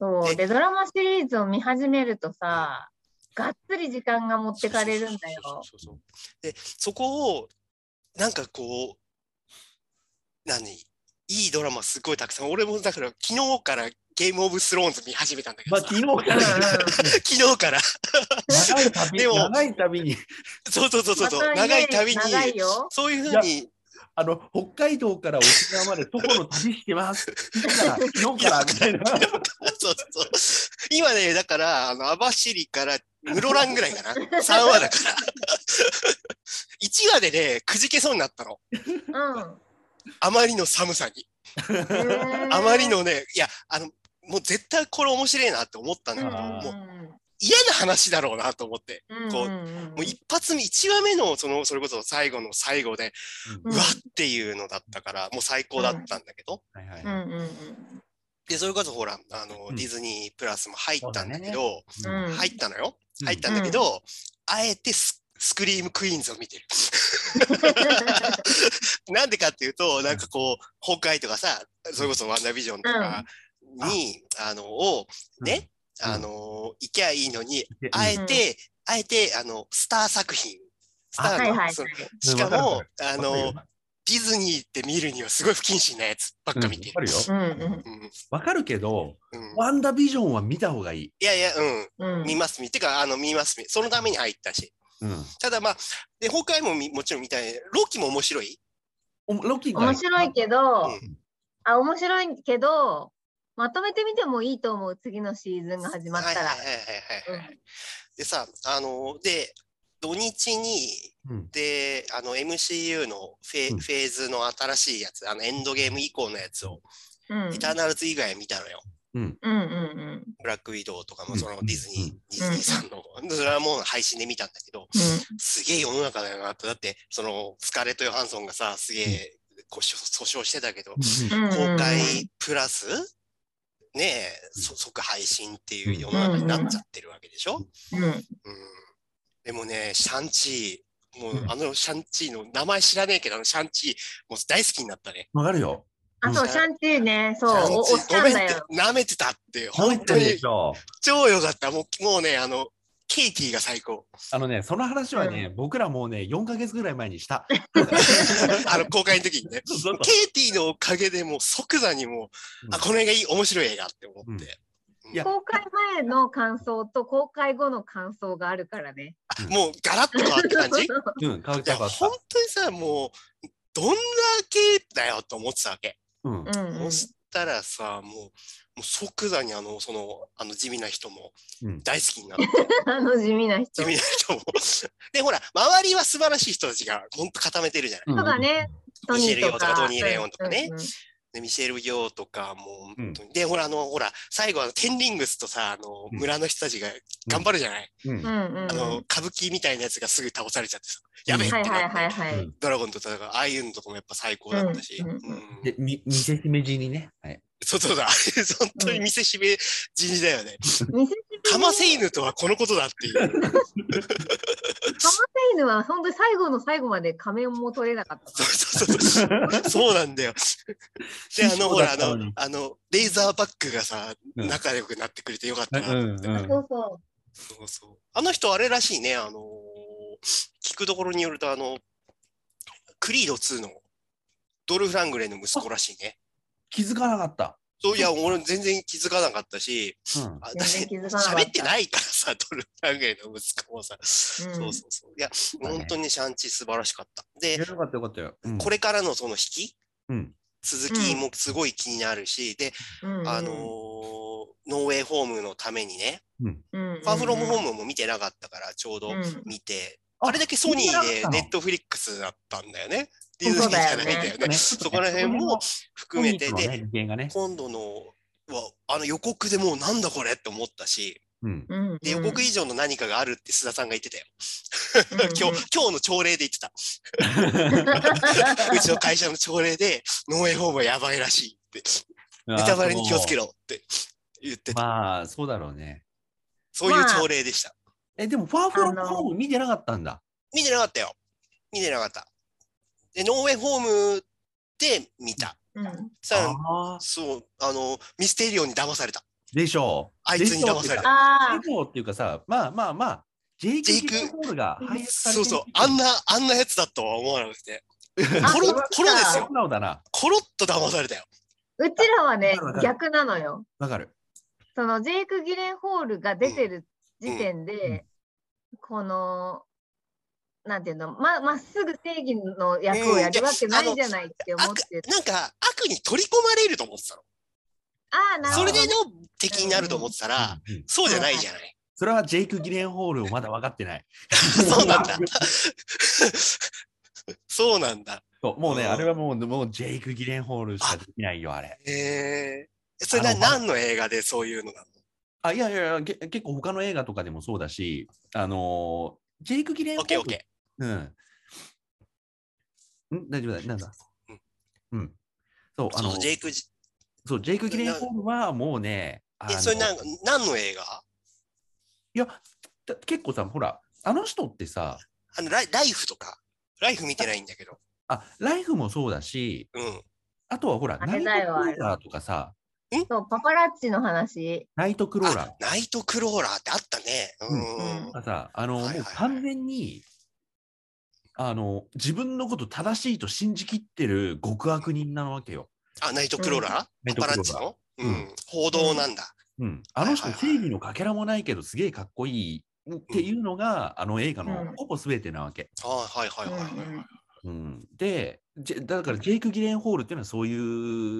Speaker 2: そう
Speaker 3: で
Speaker 2: でドラマシリーズを見始めるとさがっつり時間が持ってかれるんだ よ。
Speaker 3: そうそうそうそうそうで、そこを、なんかこう、何いいドラマすごいたくさん。俺もだから昨日からゲームオブスローンズ見始めたんだけど
Speaker 1: まあ、
Speaker 3: さ、
Speaker 1: 昨日から、
Speaker 3: 昨日から。
Speaker 1: 長い旅、
Speaker 3: でも
Speaker 1: 長い旅に、
Speaker 3: そうそうそうそうそう、長い旅に、
Speaker 2: 長いよ。
Speaker 3: そういうふうに、
Speaker 1: あの、北海道から沖縄まで徒歩の旅してます。だから昨日から、みたいな。
Speaker 3: そうそうそう。今ね、だから、あの、網走から室蘭ぐらいかな。3 話だから。1話でね、くじけそうになったの。
Speaker 2: う
Speaker 3: あまりの寒さに。
Speaker 2: ん。へー
Speaker 3: あまり。のね、いや、あの、もう絶対これ面白いなって思ったんだけど、
Speaker 1: あー
Speaker 3: もう嫌な話だろうなと思って。こうもう一発目、1話目の、その、それこそ最後の最後で、
Speaker 2: うん
Speaker 3: うわっていうのだったから、もう最高だったんだけど。
Speaker 1: はいはい
Speaker 2: うんうんうん
Speaker 3: で、それこそほら、あの、
Speaker 1: うん
Speaker 3: ディズニープラスも入ったんだけ
Speaker 1: そ
Speaker 3: ど、
Speaker 2: うんうん。
Speaker 3: 入ったのよ。入ったんだけど、あえてススクリームクイーンズを見てる。なんでかっていうと、なんかこう、崩壊とかさ、それこそワンダービジョンとかに、あの、をね、
Speaker 1: うん
Speaker 3: あの、行きゃいいのに、
Speaker 1: うん
Speaker 3: あえて、あえて、あの、スター作品、スタ
Speaker 2: はい
Speaker 3: ー
Speaker 2: は
Speaker 3: の
Speaker 2: い
Speaker 3: その、
Speaker 1: うん
Speaker 3: しか
Speaker 1: わ
Speaker 3: も
Speaker 1: か、
Speaker 3: あの、ディズニーって見るにはすごい不謹慎なやつばっ
Speaker 1: うん
Speaker 3: か
Speaker 1: わ
Speaker 3: 見て
Speaker 1: か
Speaker 3: る。
Speaker 1: るよ。
Speaker 2: うん
Speaker 3: うん
Speaker 1: わかるけど、
Speaker 3: うん
Speaker 1: ワンダービジョンは見た方がいい。
Speaker 3: いやいや、う
Speaker 2: うんうん
Speaker 3: ん、見ます、見てか、あの、見ます、見そのために入ったし。
Speaker 1: うん。
Speaker 3: ただまあ、で、崩壊もみもちろん見たい。ロキも面白い
Speaker 1: おロキが
Speaker 2: 面白いけ
Speaker 3: う
Speaker 2: ど
Speaker 3: ん、
Speaker 2: あ、面白いけど、まとめてみてもいいと思う、次のシーズンが始まったら
Speaker 3: はい。はいはいはいはい、でさ、あの、で、土日に、
Speaker 1: うん
Speaker 3: で、あの、MCU のフェ,、
Speaker 1: うん
Speaker 3: フェーズの新しいやつ、あの、エンドゲーム以降のやつを、
Speaker 2: うん
Speaker 3: エターナルズ以外見たのよ。
Speaker 1: うん。
Speaker 2: うんうんうん
Speaker 3: ブラックウィドウとか
Speaker 1: う
Speaker 3: も、
Speaker 1: ん
Speaker 3: そのディズニー、
Speaker 1: うん
Speaker 3: ディズニーさんの、それはもう配信で見たんだけど、すげえ世の中だよなと。だって、その、スカーレット・ヨハンソンがさ、すげえ、こう、しょ訴訟してたけど、
Speaker 2: うんうん
Speaker 3: 公開プラス、ねえ、そ即配信っていう世の中になっちゃってるわけでしょ、
Speaker 2: うん
Speaker 3: うんでもね、シャンチー、もう
Speaker 1: うん
Speaker 3: あのシャンチーの名前知らねえけど、あのシャンチー、もう大好きになったね。
Speaker 1: わかるよ。
Speaker 2: あ、そう、シャンチーね、そう、
Speaker 3: シャン
Speaker 2: おおっ
Speaker 3: チー
Speaker 2: さ
Speaker 3: ご
Speaker 2: ん
Speaker 3: めん
Speaker 2: だ
Speaker 3: って
Speaker 2: よ。、
Speaker 3: 舐めてたって、本当に
Speaker 1: しょ。
Speaker 3: 超良かった。もうもうね、あの、ケイティが最高。
Speaker 1: あのね、その話はね、僕らもうね、4ヶ月ぐらい前に した。
Speaker 3: あの、公開の時にね。
Speaker 1: そうそう
Speaker 3: ケイティのおかげでもう即座にもう、
Speaker 1: うん
Speaker 3: あ、この映画いい、面白い映画って思って。
Speaker 1: うん
Speaker 3: うん
Speaker 1: いや
Speaker 2: 公開前の感想と公開後の感想があるからね。
Speaker 3: もうガラッと変わった感じい
Speaker 1: うん、変わった
Speaker 3: や、
Speaker 1: 変わった
Speaker 3: 本当にさ、もう、どんだけだよと思ってたわけ。
Speaker 1: うん
Speaker 2: う。んうん
Speaker 3: そしたらさ、もう、もう即座にあの、その、あの地味な人も
Speaker 1: うん
Speaker 3: 大好きになって、
Speaker 2: あの地味な人
Speaker 3: 地。味な人も。で、ほら、周りは素晴らしい人たちが、ほんと固めてるじゃない。
Speaker 1: そう
Speaker 2: だね。トニーとか。
Speaker 3: ミシェルヨーとかトニーレオンとかね
Speaker 2: うんうん
Speaker 3: で、ミシェル・ヨーとかも、本当にで、ほら、あの、ほら、最後、あの、テンリングスとさ、あの、
Speaker 1: うん
Speaker 3: 村の人たちが頑張るじゃない。
Speaker 1: うん。
Speaker 2: うんうんうん
Speaker 3: あの、歌舞伎みたいなやつがすぐ倒されちゃってさ、やべえって
Speaker 2: は
Speaker 3: な
Speaker 2: い
Speaker 3: って、
Speaker 2: はいはいはい。
Speaker 3: ドラゴンと戦う、ああいうのとかもやっぱ最高だったし。
Speaker 2: うんうん
Speaker 3: うん
Speaker 1: で、み、見せ姫路にね。はい。
Speaker 3: そうそうだ。 本当に見せしめ人事だよね。
Speaker 2: ミセス
Speaker 3: かませ犬とはこのことだっ ていう。
Speaker 2: カマセイヌは本当に最後の最後まで仮面も取れなかったか
Speaker 3: そうそうそう。そうなんだよ。で、あの、ほら、
Speaker 1: そ
Speaker 3: あ
Speaker 1: うだったの
Speaker 3: の
Speaker 1: に、
Speaker 3: あの、レーザーバックがさ、
Speaker 1: うん
Speaker 3: 仲良くなってくれてよかった
Speaker 1: う
Speaker 3: なと思
Speaker 1: ん
Speaker 3: って。
Speaker 1: う
Speaker 2: ら。
Speaker 1: ん。
Speaker 2: そうそ
Speaker 3: そうそう。あの人、あれらしいね。あのー、聞くところによると、あの、クリード2のドルフ・ラングレーの息子らしいね。
Speaker 1: 気づかなかった。
Speaker 3: そ ういや、俺全然気づかなかったし、
Speaker 1: うん。
Speaker 3: あ
Speaker 2: 全然
Speaker 3: 私
Speaker 2: 気づかなかった
Speaker 3: 喋ってないからさ、ドルフ・ラングレーの息子もさ。そうそうそう。いや、
Speaker 1: だね
Speaker 3: 本当にシャンチー素晴らしかった。で、
Speaker 1: よかったよかったよ。うん
Speaker 3: これからのその引き
Speaker 1: うん。
Speaker 3: 続きもすごい気になるし、で、
Speaker 2: う。うんうん
Speaker 3: あのーノーウェイホームのためにね、
Speaker 2: うんうん
Speaker 3: ファーフロムホームも見てなかったから、ちょうど
Speaker 2: うん
Speaker 3: 見て、
Speaker 1: あ
Speaker 3: あれだけソニ
Speaker 1: 見てなかっ
Speaker 3: ー
Speaker 1: た
Speaker 3: で
Speaker 1: の
Speaker 3: ネットフリックスだったんだよね。ディズニ
Speaker 2: そう
Speaker 3: ーじ
Speaker 2: だ
Speaker 3: ゃ
Speaker 2: よ
Speaker 3: ない
Speaker 2: ね
Speaker 3: んだよね。そこら辺も含めて、で、
Speaker 1: で、原がね。
Speaker 3: 今度のは、あの予告でもうなんだこれって思ったし、
Speaker 1: うん。
Speaker 2: うんうん
Speaker 3: で、予告以上の何かがあるって須田さんが言ってたよ。
Speaker 2: うんうん
Speaker 3: 今日、今日の朝礼で言ってた。うちの会社の朝礼で、ノーウェイホームはやばいらしいって。ネタバレに気をつけ
Speaker 1: ろ。
Speaker 3: ろって言ってた。
Speaker 1: まあ、そうだろうね。
Speaker 3: そういう朝礼でした。
Speaker 1: え、でも、ファーフロム
Speaker 2: あの
Speaker 1: ホーム見てなかったんだ。
Speaker 3: 見てなかったよ。見てなかった。で、ノーウェイホームで見た。
Speaker 2: うん
Speaker 3: さ
Speaker 1: あー
Speaker 3: そう、あの、ミステリオに騙された。
Speaker 1: でしょう。
Speaker 3: あいつに騙さ
Speaker 1: でしょうってい
Speaker 3: れた
Speaker 1: うか
Speaker 2: あ
Speaker 1: でもっていうかさ、まあまあまあ、ジェイク・
Speaker 3: ジェイ
Speaker 1: ジ
Speaker 3: ク
Speaker 1: レンホールが配役され
Speaker 3: そう
Speaker 1: てる
Speaker 3: そう、あんな、あんなやつだとは思わなくて。
Speaker 2: あ
Speaker 3: コロ
Speaker 2: そっか
Speaker 3: コロですよ
Speaker 1: 素直だな。
Speaker 3: コロッと騙されたよ。
Speaker 2: うちらはね
Speaker 1: わかるわか、る
Speaker 2: 逆なのよ。
Speaker 1: わかる。
Speaker 2: そのジェイク・ギレンホールが出てる時点で、この、なんていうの、ままっすぐ正義の役をやるわけないじゃないって思っ
Speaker 3: 悪
Speaker 2: て、
Speaker 3: なんか悪に取り込まれると思ってたの。
Speaker 2: ああ、なる
Speaker 3: そ
Speaker 2: ほ
Speaker 3: れ
Speaker 2: ど、ね
Speaker 3: で。の敵になると思ってたら、
Speaker 1: うんうん
Speaker 3: そうじゃないじゃない。
Speaker 1: それはジェイク・ギレンホールをまだ分かってない。
Speaker 3: そうなん だ。そうなんだ。
Speaker 1: そうもうね、
Speaker 3: うん
Speaker 1: あれはもうもうジェイク・ギレンホールしかできないよ、あれ。
Speaker 3: えー、それな
Speaker 1: あの
Speaker 3: 何の映画でそういうのなの
Speaker 1: あいやいやいや、け結構他の映画とかでもそうだし、あのージェイク・ギレン
Speaker 3: オ
Speaker 1: ホ
Speaker 3: ッケー
Speaker 1: ー
Speaker 3: オッ
Speaker 1: ル。
Speaker 3: ケ
Speaker 1: うん。ん大丈夫だ、なんだ
Speaker 3: うん。
Speaker 1: うん。そう、
Speaker 3: ー。
Speaker 1: あの、
Speaker 3: そうジェイクジ
Speaker 1: そうジェイク・ギレンホールはもうね、あ
Speaker 3: え、
Speaker 1: の
Speaker 3: それなん何の映画
Speaker 1: いや、だ結構さ、ほら、あの人ってさ、
Speaker 3: あのライライフとか。ライフ見てないんだけど。
Speaker 1: あ、ライフもそうだし、
Speaker 3: うん。
Speaker 1: あとはほら、
Speaker 2: あ
Speaker 1: ナイ
Speaker 2: れ
Speaker 1: ト
Speaker 2: だよ
Speaker 1: クローラーとかさ、
Speaker 2: そうパパラッチの話。
Speaker 1: ナイトクローラー
Speaker 3: あナイトクローラーってあったね。うん。
Speaker 2: うん
Speaker 1: とかさ、あの、
Speaker 3: はいはい
Speaker 1: もう完全に、あの、自分のこと正しいと信じきってる極悪人なわけよ。
Speaker 3: あ、ナイトクローラ
Speaker 1: ナイ
Speaker 3: ー
Speaker 1: ト
Speaker 3: パ
Speaker 1: クローラ
Speaker 3: ラッ
Speaker 1: ー
Speaker 3: チの
Speaker 1: うん
Speaker 3: うん。報道なんだ。
Speaker 1: うん。あの人、
Speaker 3: はいはい
Speaker 1: 正
Speaker 3: はい
Speaker 1: 義のかけらもないけど、すげえかっこいいっていうのが、あの映画
Speaker 2: う
Speaker 1: の
Speaker 2: ん
Speaker 1: ほぼ全てなわけ。
Speaker 3: あはいは
Speaker 2: う
Speaker 3: い
Speaker 2: んう
Speaker 3: はいはい。
Speaker 2: ん
Speaker 1: うん、で、ジェだから、ジェイク・ギレンホールっていうのは、そうい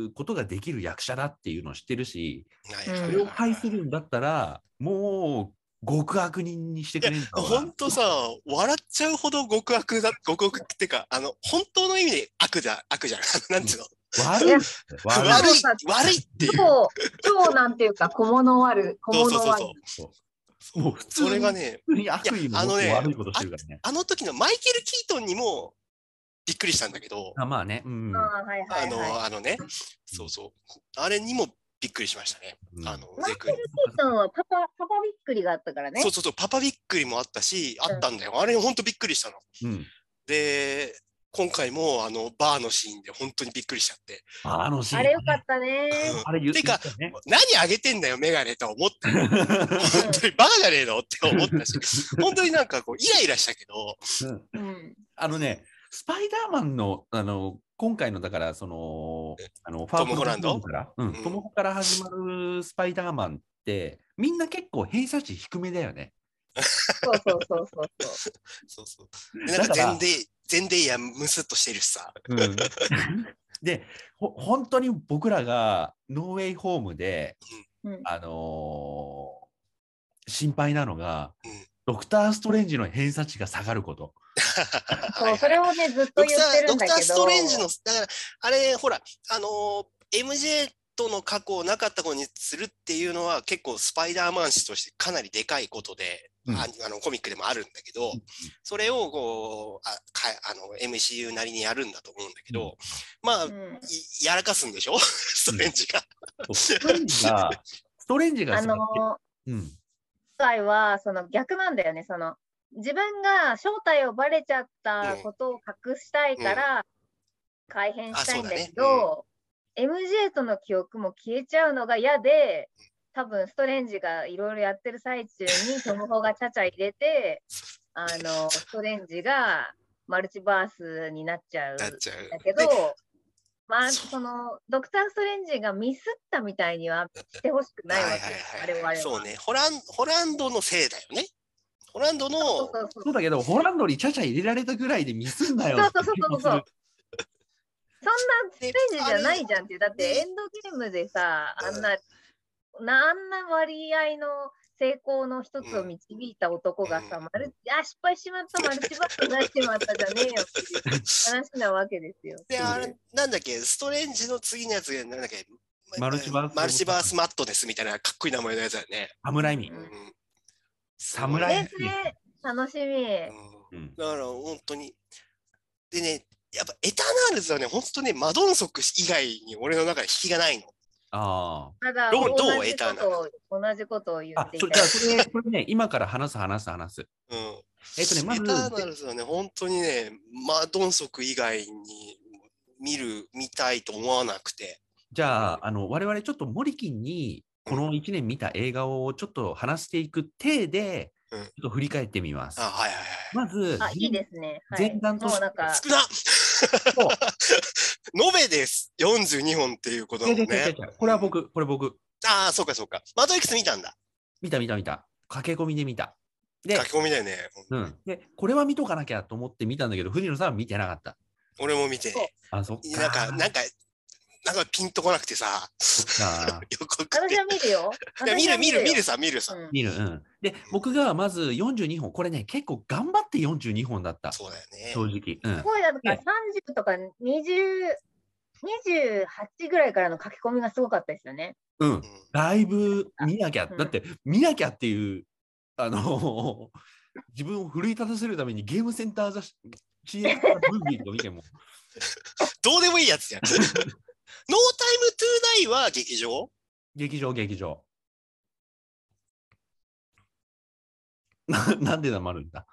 Speaker 1: うことができる役者だっていうのを知ってるし、
Speaker 3: はいはいはい
Speaker 1: そ
Speaker 3: はい
Speaker 1: れを介するんだったら、もう極悪人にしてくれんだろうな
Speaker 3: ほんとさ、笑っちゃうほど極悪だ、 極悪ってか、あの、本当の意味で悪じゃ、悪じゃん。あの なんつうの
Speaker 1: 悪い
Speaker 2: いや
Speaker 1: 悪い
Speaker 3: 悪
Speaker 2: そう
Speaker 3: い
Speaker 2: そう、
Speaker 3: 悪いっていう。
Speaker 2: 超、超なんていう か、小物悪、小
Speaker 3: そうそう
Speaker 2: 物
Speaker 3: そうそ
Speaker 2: 悪
Speaker 3: う。
Speaker 1: もう普通
Speaker 3: それ
Speaker 1: に
Speaker 3: がね、
Speaker 1: 普通に悪意も
Speaker 3: いやあのね
Speaker 1: 悪いことしてるからね。
Speaker 3: あの時のマイケル・キートンにもびっくりしたんだけど、
Speaker 1: あまあね、うん。
Speaker 2: ああ、はいは
Speaker 3: あ
Speaker 2: いはい。
Speaker 3: の、あのね、そうそう。あれにもびっくりしましたね。
Speaker 1: うん
Speaker 3: あの、
Speaker 2: マ
Speaker 3: ゼ
Speaker 2: イ
Speaker 3: ク
Speaker 2: ケル・キートンはパパ、パパびっくりがあったからね
Speaker 3: そう。そうそう、パパびっくりもあったし、あったんだよ。あれほんとびっくりしたの。
Speaker 1: うん
Speaker 3: で、今回もあの、バーのシーンで本当にびっくりしちゃって。
Speaker 1: ああのシーン
Speaker 2: あれよかったね。
Speaker 3: うん
Speaker 1: あれ言う
Speaker 3: てか
Speaker 1: 言ったね
Speaker 3: 何あげてんだよ、メガネと思 って。本当にバカじゃねえのって思ったし、本当になんかこう、イライラしたけど、
Speaker 1: うん
Speaker 2: うん。
Speaker 1: あのね、スパイダーマンの、あの、今回のだから、その、あの、ファー
Speaker 3: トムホランド
Speaker 1: ホから、うん、
Speaker 3: うん
Speaker 1: トムホから始まるスパイダーマンって、みんな結構偏差値低めだよね。
Speaker 2: そうそうそうそうそう。
Speaker 3: そうそう。でなんか
Speaker 1: だから
Speaker 3: 全然、全然やむすっとしてるしさ。
Speaker 1: うん、でほ本当に僕らがノーウェイホームで、
Speaker 2: うん
Speaker 1: あのー心配なのが、
Speaker 3: うん
Speaker 1: ドクター・ストレンジの偏差値が下がること。
Speaker 2: そう、それをね、ずっと
Speaker 3: ド
Speaker 2: 言
Speaker 3: クタ
Speaker 2: って
Speaker 3: ー、
Speaker 2: る
Speaker 3: ド
Speaker 2: んだけ
Speaker 3: ク
Speaker 2: ど。
Speaker 3: ターストレンジの、だから、あれ、ほら、あのー MJ との過去をなかったことにするっていうのは、結構スパイダーマン誌としてかなりでかいことで、
Speaker 1: うん
Speaker 3: ああのコミックでもあるんだけど、それをこう、あかあの MCU なりにやるんだと思うんだけど、まあ、
Speaker 2: うん
Speaker 3: いやらかすんでしょ ストレンジが。
Speaker 1: ストレンジ が、ストレンジが
Speaker 2: あ
Speaker 1: 下が
Speaker 2: の
Speaker 1: っ
Speaker 2: ー、
Speaker 1: てうん
Speaker 2: 今回は、その逆なんだよね。その、自分が正体をバレちゃったことを隠したいから、改変したいんだけど、MJ との記憶も消えちゃうのが嫌で、多分ストレンジがいろいろやってる最中にトムホがちゃちゃ入れ て、あの、ストレンジがマルチバースになっちゃう
Speaker 3: なっちゃう。
Speaker 2: だけど
Speaker 3: で、
Speaker 2: まあ、
Speaker 3: そう
Speaker 2: その、ドクター・ストレンジがミスったみたいにはしてほしくないわけよあれはあれは。
Speaker 3: そうねホラン、ホランドのせいだよね。ホランドの、
Speaker 2: そうそうそう。
Speaker 1: そうだけど、ホランドにちゃちゃ入れられたぐらいでミスんなよ
Speaker 2: そうそうそうそうそう。そんなステージじゃないじゃんっていう。だって
Speaker 3: で
Speaker 2: エンドゲームでさ、
Speaker 3: うん
Speaker 2: あんな、なあんな割合の成功の一つを導いた男がさ、
Speaker 3: うん
Speaker 2: マルチあ、失敗しまった、マルチバッグ出してまったじゃねえよっていう話なわけですよ。
Speaker 3: で、あれ、なんだっけ、ストレンジの次のやつが、なんだっけ、
Speaker 1: マルチバース
Speaker 3: マルチバースマットですみたいなかっこいい名前のやつだよね。
Speaker 1: 侍民
Speaker 2: う。ん
Speaker 3: うん
Speaker 1: 侍
Speaker 2: え、それ、楽しみ。
Speaker 3: う
Speaker 1: うんん
Speaker 3: だから、本当に。でね、やっぱエターナルズはね、本当ね、マドンソク以外に俺の中で引きがないの。
Speaker 1: あ
Speaker 2: ただ、
Speaker 3: どう
Speaker 2: 同
Speaker 3: どう
Speaker 2: じ
Speaker 3: エタ
Speaker 2: こ
Speaker 3: ーナ
Speaker 2: とを同じことを言
Speaker 1: あ。
Speaker 2: っ
Speaker 1: あ、
Speaker 2: てい
Speaker 1: そ
Speaker 2: た
Speaker 1: れじゃあそれ、これね、今から話す、話す、話す。
Speaker 3: うん。
Speaker 1: えっとね、ま
Speaker 3: エター
Speaker 1: ず
Speaker 3: ナ、ルズはね、本当にね、マドンソク以外に見る、見たいと思わなくて。
Speaker 1: じゃあ、あの我々ちょっとモリキンにこの1年見た映画をちょっと話していく体で、
Speaker 3: う
Speaker 1: ちょ
Speaker 3: ん
Speaker 1: っと振り返ってみます
Speaker 3: あ、。はいはいはい。
Speaker 1: まず
Speaker 2: あ、いいですね。は
Speaker 1: 前
Speaker 2: い、
Speaker 1: 段と
Speaker 2: もうなんか、
Speaker 3: 少な
Speaker 1: そう
Speaker 3: 延べです。42本っていうことだもん
Speaker 1: 違う違う違
Speaker 3: ね
Speaker 1: う。違うこれは僕、これ僕、
Speaker 3: ああ、そうかそうか。マトリックス見たんだ。
Speaker 1: 見た見た見た。駆け込みで見た。で
Speaker 3: 書、き込みだよね。
Speaker 1: うん、でこれは見とかなきゃと思って見たんだけど、藤野さんは見てなかった。
Speaker 3: 俺も見て。
Speaker 1: あ、そっか。
Speaker 3: なんか、なんか、なんかピンとこなくてさ、
Speaker 1: そっか
Speaker 3: 予告って。
Speaker 2: 私
Speaker 3: い
Speaker 2: は見るよ。
Speaker 3: や
Speaker 2: 私
Speaker 3: 見
Speaker 2: は
Speaker 3: る見る見る
Speaker 2: よ
Speaker 3: さ、見るさ。
Speaker 2: うん
Speaker 1: 見る、うん。で、僕がまず42本、これね、結構頑張って42本だった。
Speaker 3: そうだよね。
Speaker 1: 正直。うん
Speaker 2: す。ごいだとか
Speaker 1: ね
Speaker 2: 30とか20 28ぐらいからの書き込みがすごかったですよね。
Speaker 1: うん。
Speaker 3: うん
Speaker 1: だいぶ見なきゃ、
Speaker 2: うん
Speaker 1: だって見なきゃっていう、あの 自分を奮い立たせるためにゲームセンター雑誌、CX からムービーとか見ても、
Speaker 3: どうでもいい やつじゃん。ノータイムトゥーダイは劇場
Speaker 1: 劇場、劇場。 ななんで黙るんだ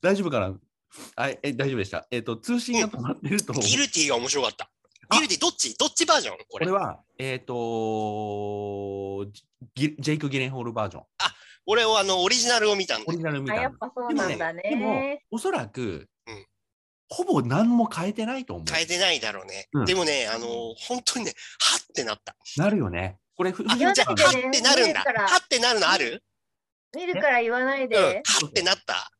Speaker 1: 大丈夫かなあええ大丈夫でした。えっ、と、通信が止まってると、
Speaker 3: ギルティが面白かった。
Speaker 1: あ
Speaker 3: ギルティどっちどっちバージョンこ
Speaker 1: こ
Speaker 3: れ
Speaker 1: れ。は、えっ、とジジェイク・ギレンホールバージョン、
Speaker 3: 俺はあの、オリジナルを見たん
Speaker 1: オ
Speaker 3: だ
Speaker 1: リジ。ナルみ
Speaker 2: あ
Speaker 1: たい
Speaker 2: や
Speaker 1: な
Speaker 2: っ。ぱそうなんだ
Speaker 1: でも
Speaker 2: ね。、
Speaker 1: おそらく、
Speaker 3: うん
Speaker 1: ほぼ何も変えてないと思う。
Speaker 3: 変えてないだろうね。
Speaker 1: うん
Speaker 3: でもね、あの、本当にね、はってなった。
Speaker 1: なるよね。これ、ふ
Speaker 3: あ、
Speaker 1: 藤
Speaker 3: じ
Speaker 1: 野
Speaker 3: ゃあ、
Speaker 1: さん
Speaker 3: は
Speaker 2: だ
Speaker 1: が
Speaker 2: ってね
Speaker 3: ってなるん
Speaker 2: 見る
Speaker 3: だ。
Speaker 2: から
Speaker 3: はってなるのある
Speaker 2: 見るから言わない
Speaker 3: うん。は
Speaker 2: で。
Speaker 3: ってなった。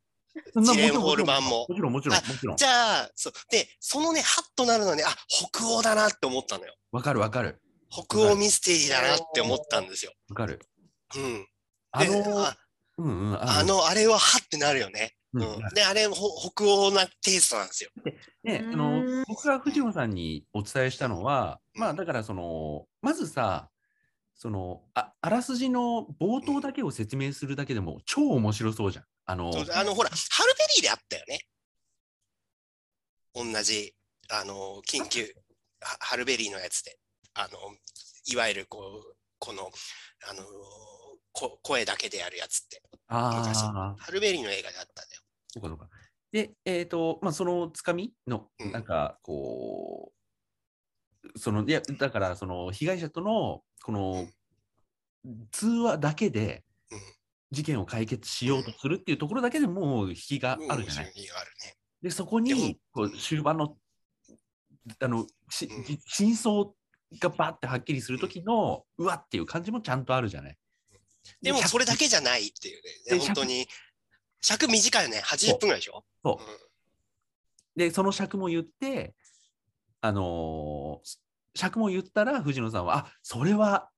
Speaker 1: そんな
Speaker 3: ジレンホール版も
Speaker 1: もちろん、もちろん、もちろん。もち
Speaker 3: じ
Speaker 1: ろん
Speaker 3: ゃあ、そう。で、そのね、はっとなるのはね、あ、北欧だなって思ったのよ。
Speaker 1: わかる、わかる、
Speaker 3: 北欧ミステリーだなって思ったんですよ。
Speaker 1: わかる。
Speaker 3: うん。
Speaker 1: あ
Speaker 3: で
Speaker 1: の、
Speaker 3: あ
Speaker 1: うんうん、
Speaker 3: あ、の、あれははってなるよね。
Speaker 1: う
Speaker 3: うんん。で、あれ、ほ北欧なテイストなんですよ。
Speaker 1: ね、あ
Speaker 2: うーん
Speaker 1: の、僕が藤野さんにお伝えしたのは、
Speaker 3: うん
Speaker 1: まあ、だから、その、まずさ、そのああらすじの冒頭だけを説明するだけでも超面白そうじゃん。あの
Speaker 3: そうあの、ほら、ハルベリーであったよね。同じ、あの、緊急、はハルベリーのやつで、あの、いわゆるこう、この、あの、こ声だけでやるやつって、昔
Speaker 1: あー
Speaker 3: ハルベリーの映画であったんだよ。
Speaker 1: そうかそうか。で、えっ、と、まあ、そのつかみの
Speaker 3: う、ん
Speaker 1: なんか、こう、その、いや、だから、その、被害者との、この、通話だけで
Speaker 3: うん、
Speaker 1: 事件を解決しようとするっていうところだけでもう引きがあるじゃない。
Speaker 3: うんそううのがあるね。
Speaker 1: で、そこ
Speaker 3: でも
Speaker 1: に、こう、終盤の、あの、し
Speaker 3: うん
Speaker 1: じ真相がばってはっきりする時の、うわっていう感じもちゃんとあるじゃない。
Speaker 3: でも、
Speaker 1: 100
Speaker 3: それだけじゃないっていう
Speaker 1: で
Speaker 3: ね。
Speaker 1: 100
Speaker 3: 本当に、尺短いよね。80分ぐらいでしょ
Speaker 1: そう
Speaker 3: うん
Speaker 1: で、その尺も言って、あのー尺も言ったら、藤野さんは、あそれは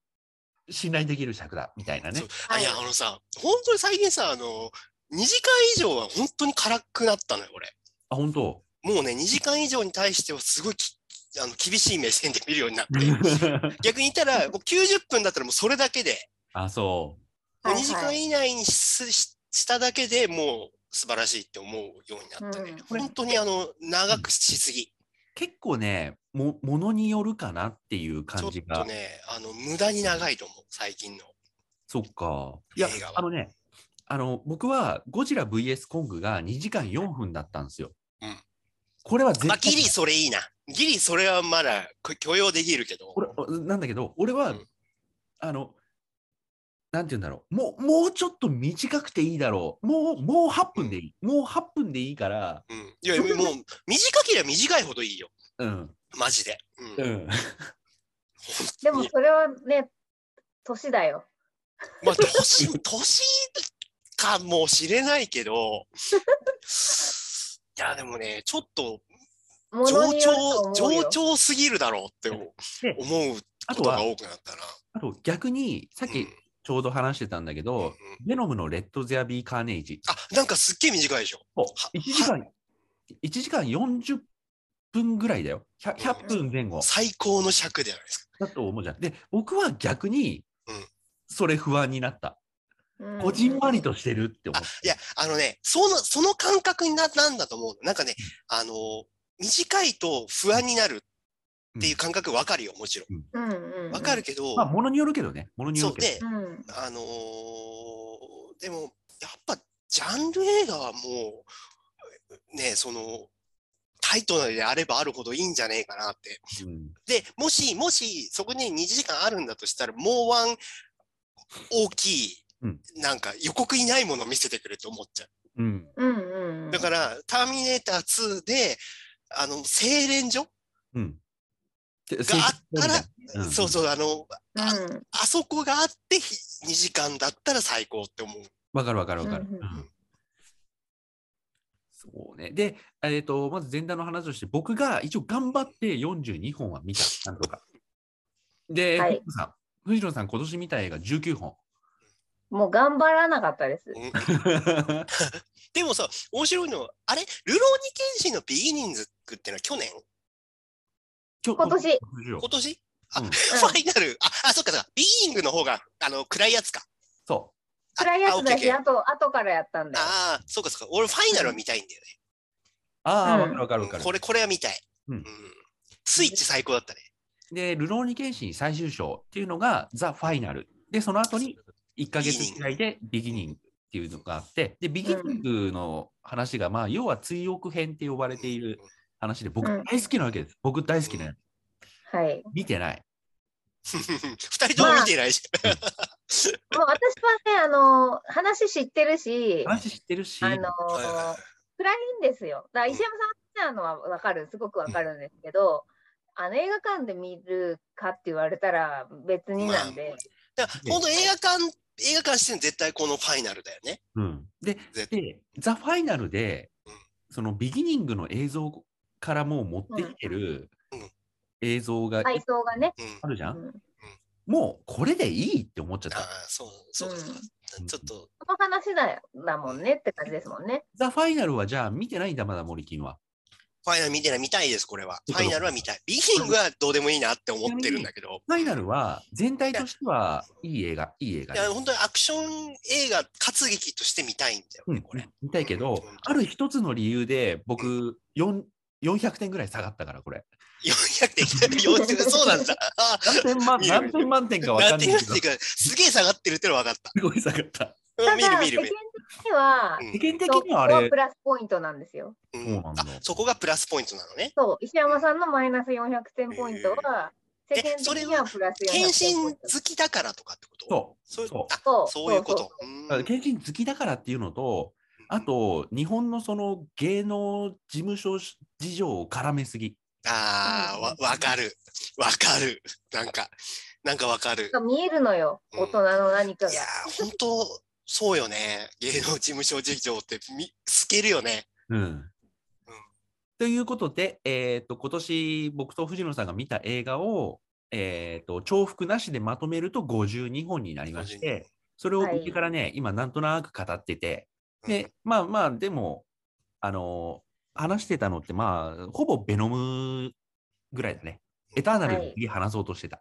Speaker 1: 信頼できる尺だ、みたいなね
Speaker 3: そう。あいや、
Speaker 2: は
Speaker 3: あのさ、本当に最近さ、あの、2時間以上は本当に辛くなったのよ、俺。
Speaker 1: あ、本 当
Speaker 3: もうね、2時間以上に対してはすごいきあの厳しい目線で見るようになって、逆に言ったら、もう90分だったらもうそれだけで、
Speaker 1: あ、そ
Speaker 3: もう
Speaker 2: はいはい
Speaker 3: 2時間以内にしししただけでもう素晴らしいって思うようになったね。
Speaker 1: うん
Speaker 3: 本当にあの、長くしすぎ。
Speaker 1: う。結構ね、も、ものによるかなっていう
Speaker 3: ちょ
Speaker 1: 感
Speaker 3: っ
Speaker 1: じ
Speaker 3: と
Speaker 1: が。
Speaker 3: ね、あの、無駄に長いと思う、最近の。
Speaker 1: そっか。いや
Speaker 3: 映画、は
Speaker 1: あのね、あの、僕はゴジラ VS コングが2時間4分だったんですよ。
Speaker 3: うん
Speaker 1: これは絶
Speaker 3: まあ、
Speaker 1: 対、
Speaker 3: ギリそれいいな。ギリそれはまだこ許容できるけど。
Speaker 1: 俺なんだけど、俺は、
Speaker 3: うん
Speaker 1: あの、なんて言うんだろう、もう、もうちょっと短くていいだろう、もう、もう8分でいい、もう8分でいいから、
Speaker 3: うん。いや、もう、短ければ短いほどいいよ。
Speaker 1: うん、
Speaker 3: マジで。うん。
Speaker 1: うん、
Speaker 2: でもそれはね、年だよ。
Speaker 3: まあ、年、 年かもしれないけど、いや、でもね、ちょっと
Speaker 2: もの
Speaker 3: 上
Speaker 2: によると
Speaker 3: 調、
Speaker 2: 思うよ
Speaker 3: 上調すぎるだろうって思う
Speaker 1: で
Speaker 3: 思う
Speaker 1: あ
Speaker 3: こととが
Speaker 1: は、
Speaker 3: 多くなったな。
Speaker 1: あと逆に、さっ
Speaker 3: う
Speaker 1: き
Speaker 3: ん
Speaker 1: ちょうど話してたんだけ
Speaker 3: うんう
Speaker 1: ど、
Speaker 3: ん
Speaker 1: ベノムのレッド・ゼア・ビー・カーネイジ、
Speaker 3: あ、なんかすっげえ短いでしょ。
Speaker 1: 1
Speaker 3: は
Speaker 1: 時間、1時間40分ぐらいだよ、100, 100分前後
Speaker 3: 最高の尺じゃないですか。
Speaker 1: だと思うじゃん。で、僕は逆に
Speaker 3: うん、
Speaker 1: それ不安になった。
Speaker 2: うん
Speaker 1: こじんまりとしてるって思
Speaker 3: あ
Speaker 1: っ、
Speaker 3: いや、あのね、その、その感覚にななんだと思うの。なんかね、あの、短いと不安になるっていう感覚わかるよ、もちろ
Speaker 2: うんうんうん
Speaker 3: ん。わかるけど、
Speaker 1: まあ、ものによるけどね、ものによる
Speaker 3: そう
Speaker 1: けど。
Speaker 3: で、
Speaker 2: うん
Speaker 3: あのーでもやっぱジャンル映画はもうねそのタイトなのであればあるほどいいんじゃねえかなって。
Speaker 1: うん
Speaker 3: でもしもしそこに2時間あるんだとしたらもうワン大きい
Speaker 1: うん
Speaker 3: なんか予告にないものを見せてくれと思っちゃう。
Speaker 1: うん。
Speaker 2: うんうんうん。
Speaker 3: だから、ターミネーター2で、あの、精錬所、
Speaker 1: うん。が
Speaker 3: があったら
Speaker 1: うん
Speaker 3: そうそう、あの、ら
Speaker 2: うん、
Speaker 3: あそこがあってひ2時間だったら最高って思う。
Speaker 1: わかるわかるわかる。
Speaker 2: うんうん
Speaker 1: うんそうね。で、えっ、と、まず前段の話として、僕が一応頑張って42本は 見た、なんとか。で、
Speaker 2: はい
Speaker 1: 藤野さん、藤野さん、今年見た映画19本。
Speaker 2: もう頑張らなかったです。
Speaker 3: うんでもさ、面白いのは、あれルローニケンシンのビギニンズってのは去年
Speaker 1: 今
Speaker 2: 今年。
Speaker 1: よ
Speaker 3: 今年あ、
Speaker 1: うん
Speaker 3: ファイナルあ、あ、そっかそっか。ビギニングの方が、あの、暗いやつか。
Speaker 1: そ
Speaker 3: あ
Speaker 2: 暗いやつだし、
Speaker 3: あ
Speaker 2: あと、後からやったんだよ。
Speaker 3: あー、そうかそうか。俺、ファイナルは見たいんだよね。
Speaker 1: う。ああ、わ、
Speaker 2: うん
Speaker 1: かるわかるわか
Speaker 3: こ
Speaker 1: る。
Speaker 3: れ、これは見たい。
Speaker 1: うん
Speaker 3: スイッチ最高だったね。
Speaker 1: で、ルローニケンシン最終章っていうのが、ザ・ファイナル。で、その後に1ヶ月くらいでビギニングっていうのがあって、で、ビギニングの話が、まあ、要は追憶編って呼ばれている話で、僕
Speaker 2: うん
Speaker 1: 大好きなわけです。僕大好きなやつ。
Speaker 2: はい。
Speaker 1: 見てない。
Speaker 3: 二人とも見てないし。
Speaker 2: もう私はね、あのー話知ってるし、
Speaker 1: 話知ってるし、
Speaker 2: あのー
Speaker 3: はいはいはい
Speaker 2: 暗いんですよ。だから石山さんのはわかる、すごくわかるんですけど、あの映画館で見るかって言われたら別になんで、
Speaker 3: だから本当映画館、映画館して絶対このファイナルだよね。
Speaker 1: うん、で
Speaker 3: 絶
Speaker 1: で、ザ・ファイナルで
Speaker 3: うん、
Speaker 1: そのビギニングの映像からもう持ってきてる
Speaker 3: うんうん
Speaker 1: 映像が
Speaker 2: 配送がね。
Speaker 3: うん
Speaker 1: あ。るじゃ。
Speaker 2: うんん
Speaker 1: もうこれでいいって思っちゃっ
Speaker 3: あ
Speaker 1: た。
Speaker 3: あ、そう、そうか、そう
Speaker 1: う
Speaker 3: か。
Speaker 1: ん
Speaker 3: ちょっと、
Speaker 2: この話だだもんねって感じですもんね。
Speaker 1: ザ・ファイナルはじゃあ見てないんだ、まだ森金は。
Speaker 3: ファイナル見てない、見たいです、これは。
Speaker 1: う
Speaker 3: フ
Speaker 1: かそうか
Speaker 3: ァイナルは見たい。ビギニングはどうでもいいなって思ってるんだけど。
Speaker 1: ファイナルは全体としてはいい映画、いい映画
Speaker 3: い
Speaker 1: で
Speaker 3: や、本当にアクション映画、活劇として見たいん だよ
Speaker 1: う
Speaker 3: ね、
Speaker 1: ん
Speaker 3: これ。
Speaker 1: 見たいけど、ある一つの理由で僕、4 400点ぐらい下がったから、これ。
Speaker 3: 400点、40そうなんだ。あ
Speaker 1: 何点満
Speaker 3: 見る
Speaker 1: 何点満点か
Speaker 3: あ、
Speaker 1: わ
Speaker 3: な
Speaker 1: か
Speaker 3: ん
Speaker 1: ん
Speaker 3: て
Speaker 1: な
Speaker 3: 言
Speaker 1: いうけど、
Speaker 3: て
Speaker 1: す
Speaker 3: か、すげえ下がってるってのは分かった。
Speaker 1: ごい下がった。
Speaker 3: う
Speaker 2: た
Speaker 3: ん見る
Speaker 2: だ、
Speaker 3: 見
Speaker 2: 世間
Speaker 3: る見る。
Speaker 2: 的には、
Speaker 1: 世間的
Speaker 2: そ
Speaker 1: に
Speaker 2: こ
Speaker 1: はあれ
Speaker 2: はプ、ラスポイントなんですよ。
Speaker 3: うん
Speaker 1: そうなんだ
Speaker 3: あそこがプラスポイントなのね。
Speaker 2: そう、石山さんのマイナス400点ポイントは、
Speaker 3: え
Speaker 2: 世間的にはプラス400
Speaker 3: 献
Speaker 2: 点ポイ
Speaker 3: 身
Speaker 2: ント。
Speaker 3: 好きだからとかってこと
Speaker 1: そう。
Speaker 3: そう
Speaker 1: そう
Speaker 3: あ
Speaker 2: そう
Speaker 3: そういうこと。うん
Speaker 1: だから献身好きだからっていうのと、あと、日本のその芸能事務所事情を絡めすぎ。
Speaker 3: あーわわかるわかるなんかなんかわかる
Speaker 2: が見えるのよ、
Speaker 3: うん
Speaker 2: 大人の何かが
Speaker 3: いや。ー本当そうよね 芸能事務所事情ってみ透けるよね
Speaker 1: うん。ということで、えっ、と、今年僕と藤野さんが見た映画を、えっ、と、重複なしでまとめると52本になりまして、それを
Speaker 2: はい
Speaker 1: 上からね、今なんとなく語ってて、
Speaker 3: うん
Speaker 1: で、まあまあ、でも、あの話してたのって、まあ、ほぼベノムぐらいだね。エターナルで次話そうとしてた。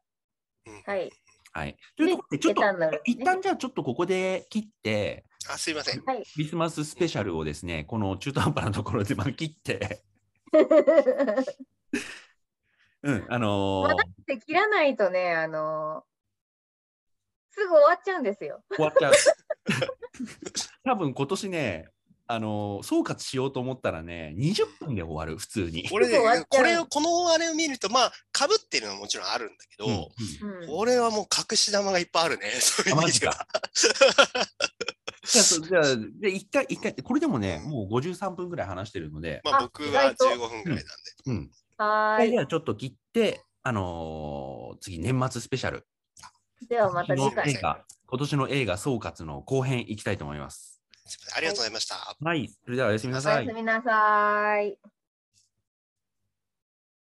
Speaker 3: うん
Speaker 2: はい。
Speaker 1: はい。というところで、ちょっと
Speaker 2: ベ、タになる
Speaker 1: 一旦じゃあちょっとここで切って、
Speaker 3: あすいません
Speaker 2: はい。
Speaker 1: ビスマススペシャルをですね、この中途半端なところでまあ切って、うん、あのー
Speaker 2: まで切らないとね、あのーすぐ終わっちゃうんですよ。
Speaker 1: 終わっちゃう。 多分今年ね、あのー総括しようと思ったらね、20分で終わる、普通に。
Speaker 3: これで
Speaker 2: 終わっちゃう
Speaker 3: これをこのあれを見るとまあかぶってるのはもちろんあるんだけ
Speaker 1: うん
Speaker 3: ど、
Speaker 2: うん
Speaker 3: これはもう隠し玉がいっぱいあるね そういう
Speaker 1: あ
Speaker 3: 意
Speaker 1: マ
Speaker 3: 味
Speaker 1: ジ
Speaker 3: で は
Speaker 1: か。じゃあ、そうじゃあ、で一回、一回、これでもね、もう53分ぐらい話してるので、
Speaker 3: まあ
Speaker 2: あ
Speaker 3: 僕
Speaker 2: 意
Speaker 3: は
Speaker 2: 外と
Speaker 3: 15分ぐらいなんで、
Speaker 1: うん。
Speaker 2: はー
Speaker 1: じ
Speaker 2: い。
Speaker 1: ゃあ、ちょっと切って、あのー次、年末スペシャル。
Speaker 2: ではまた次
Speaker 1: 今年
Speaker 2: 回。
Speaker 1: の映画、今年の映画総括の後編いきたいと思います。
Speaker 3: ありがとうございました、
Speaker 1: はい、それではおやすみな
Speaker 2: お
Speaker 1: さ
Speaker 2: や
Speaker 1: い
Speaker 2: す。みなさーい。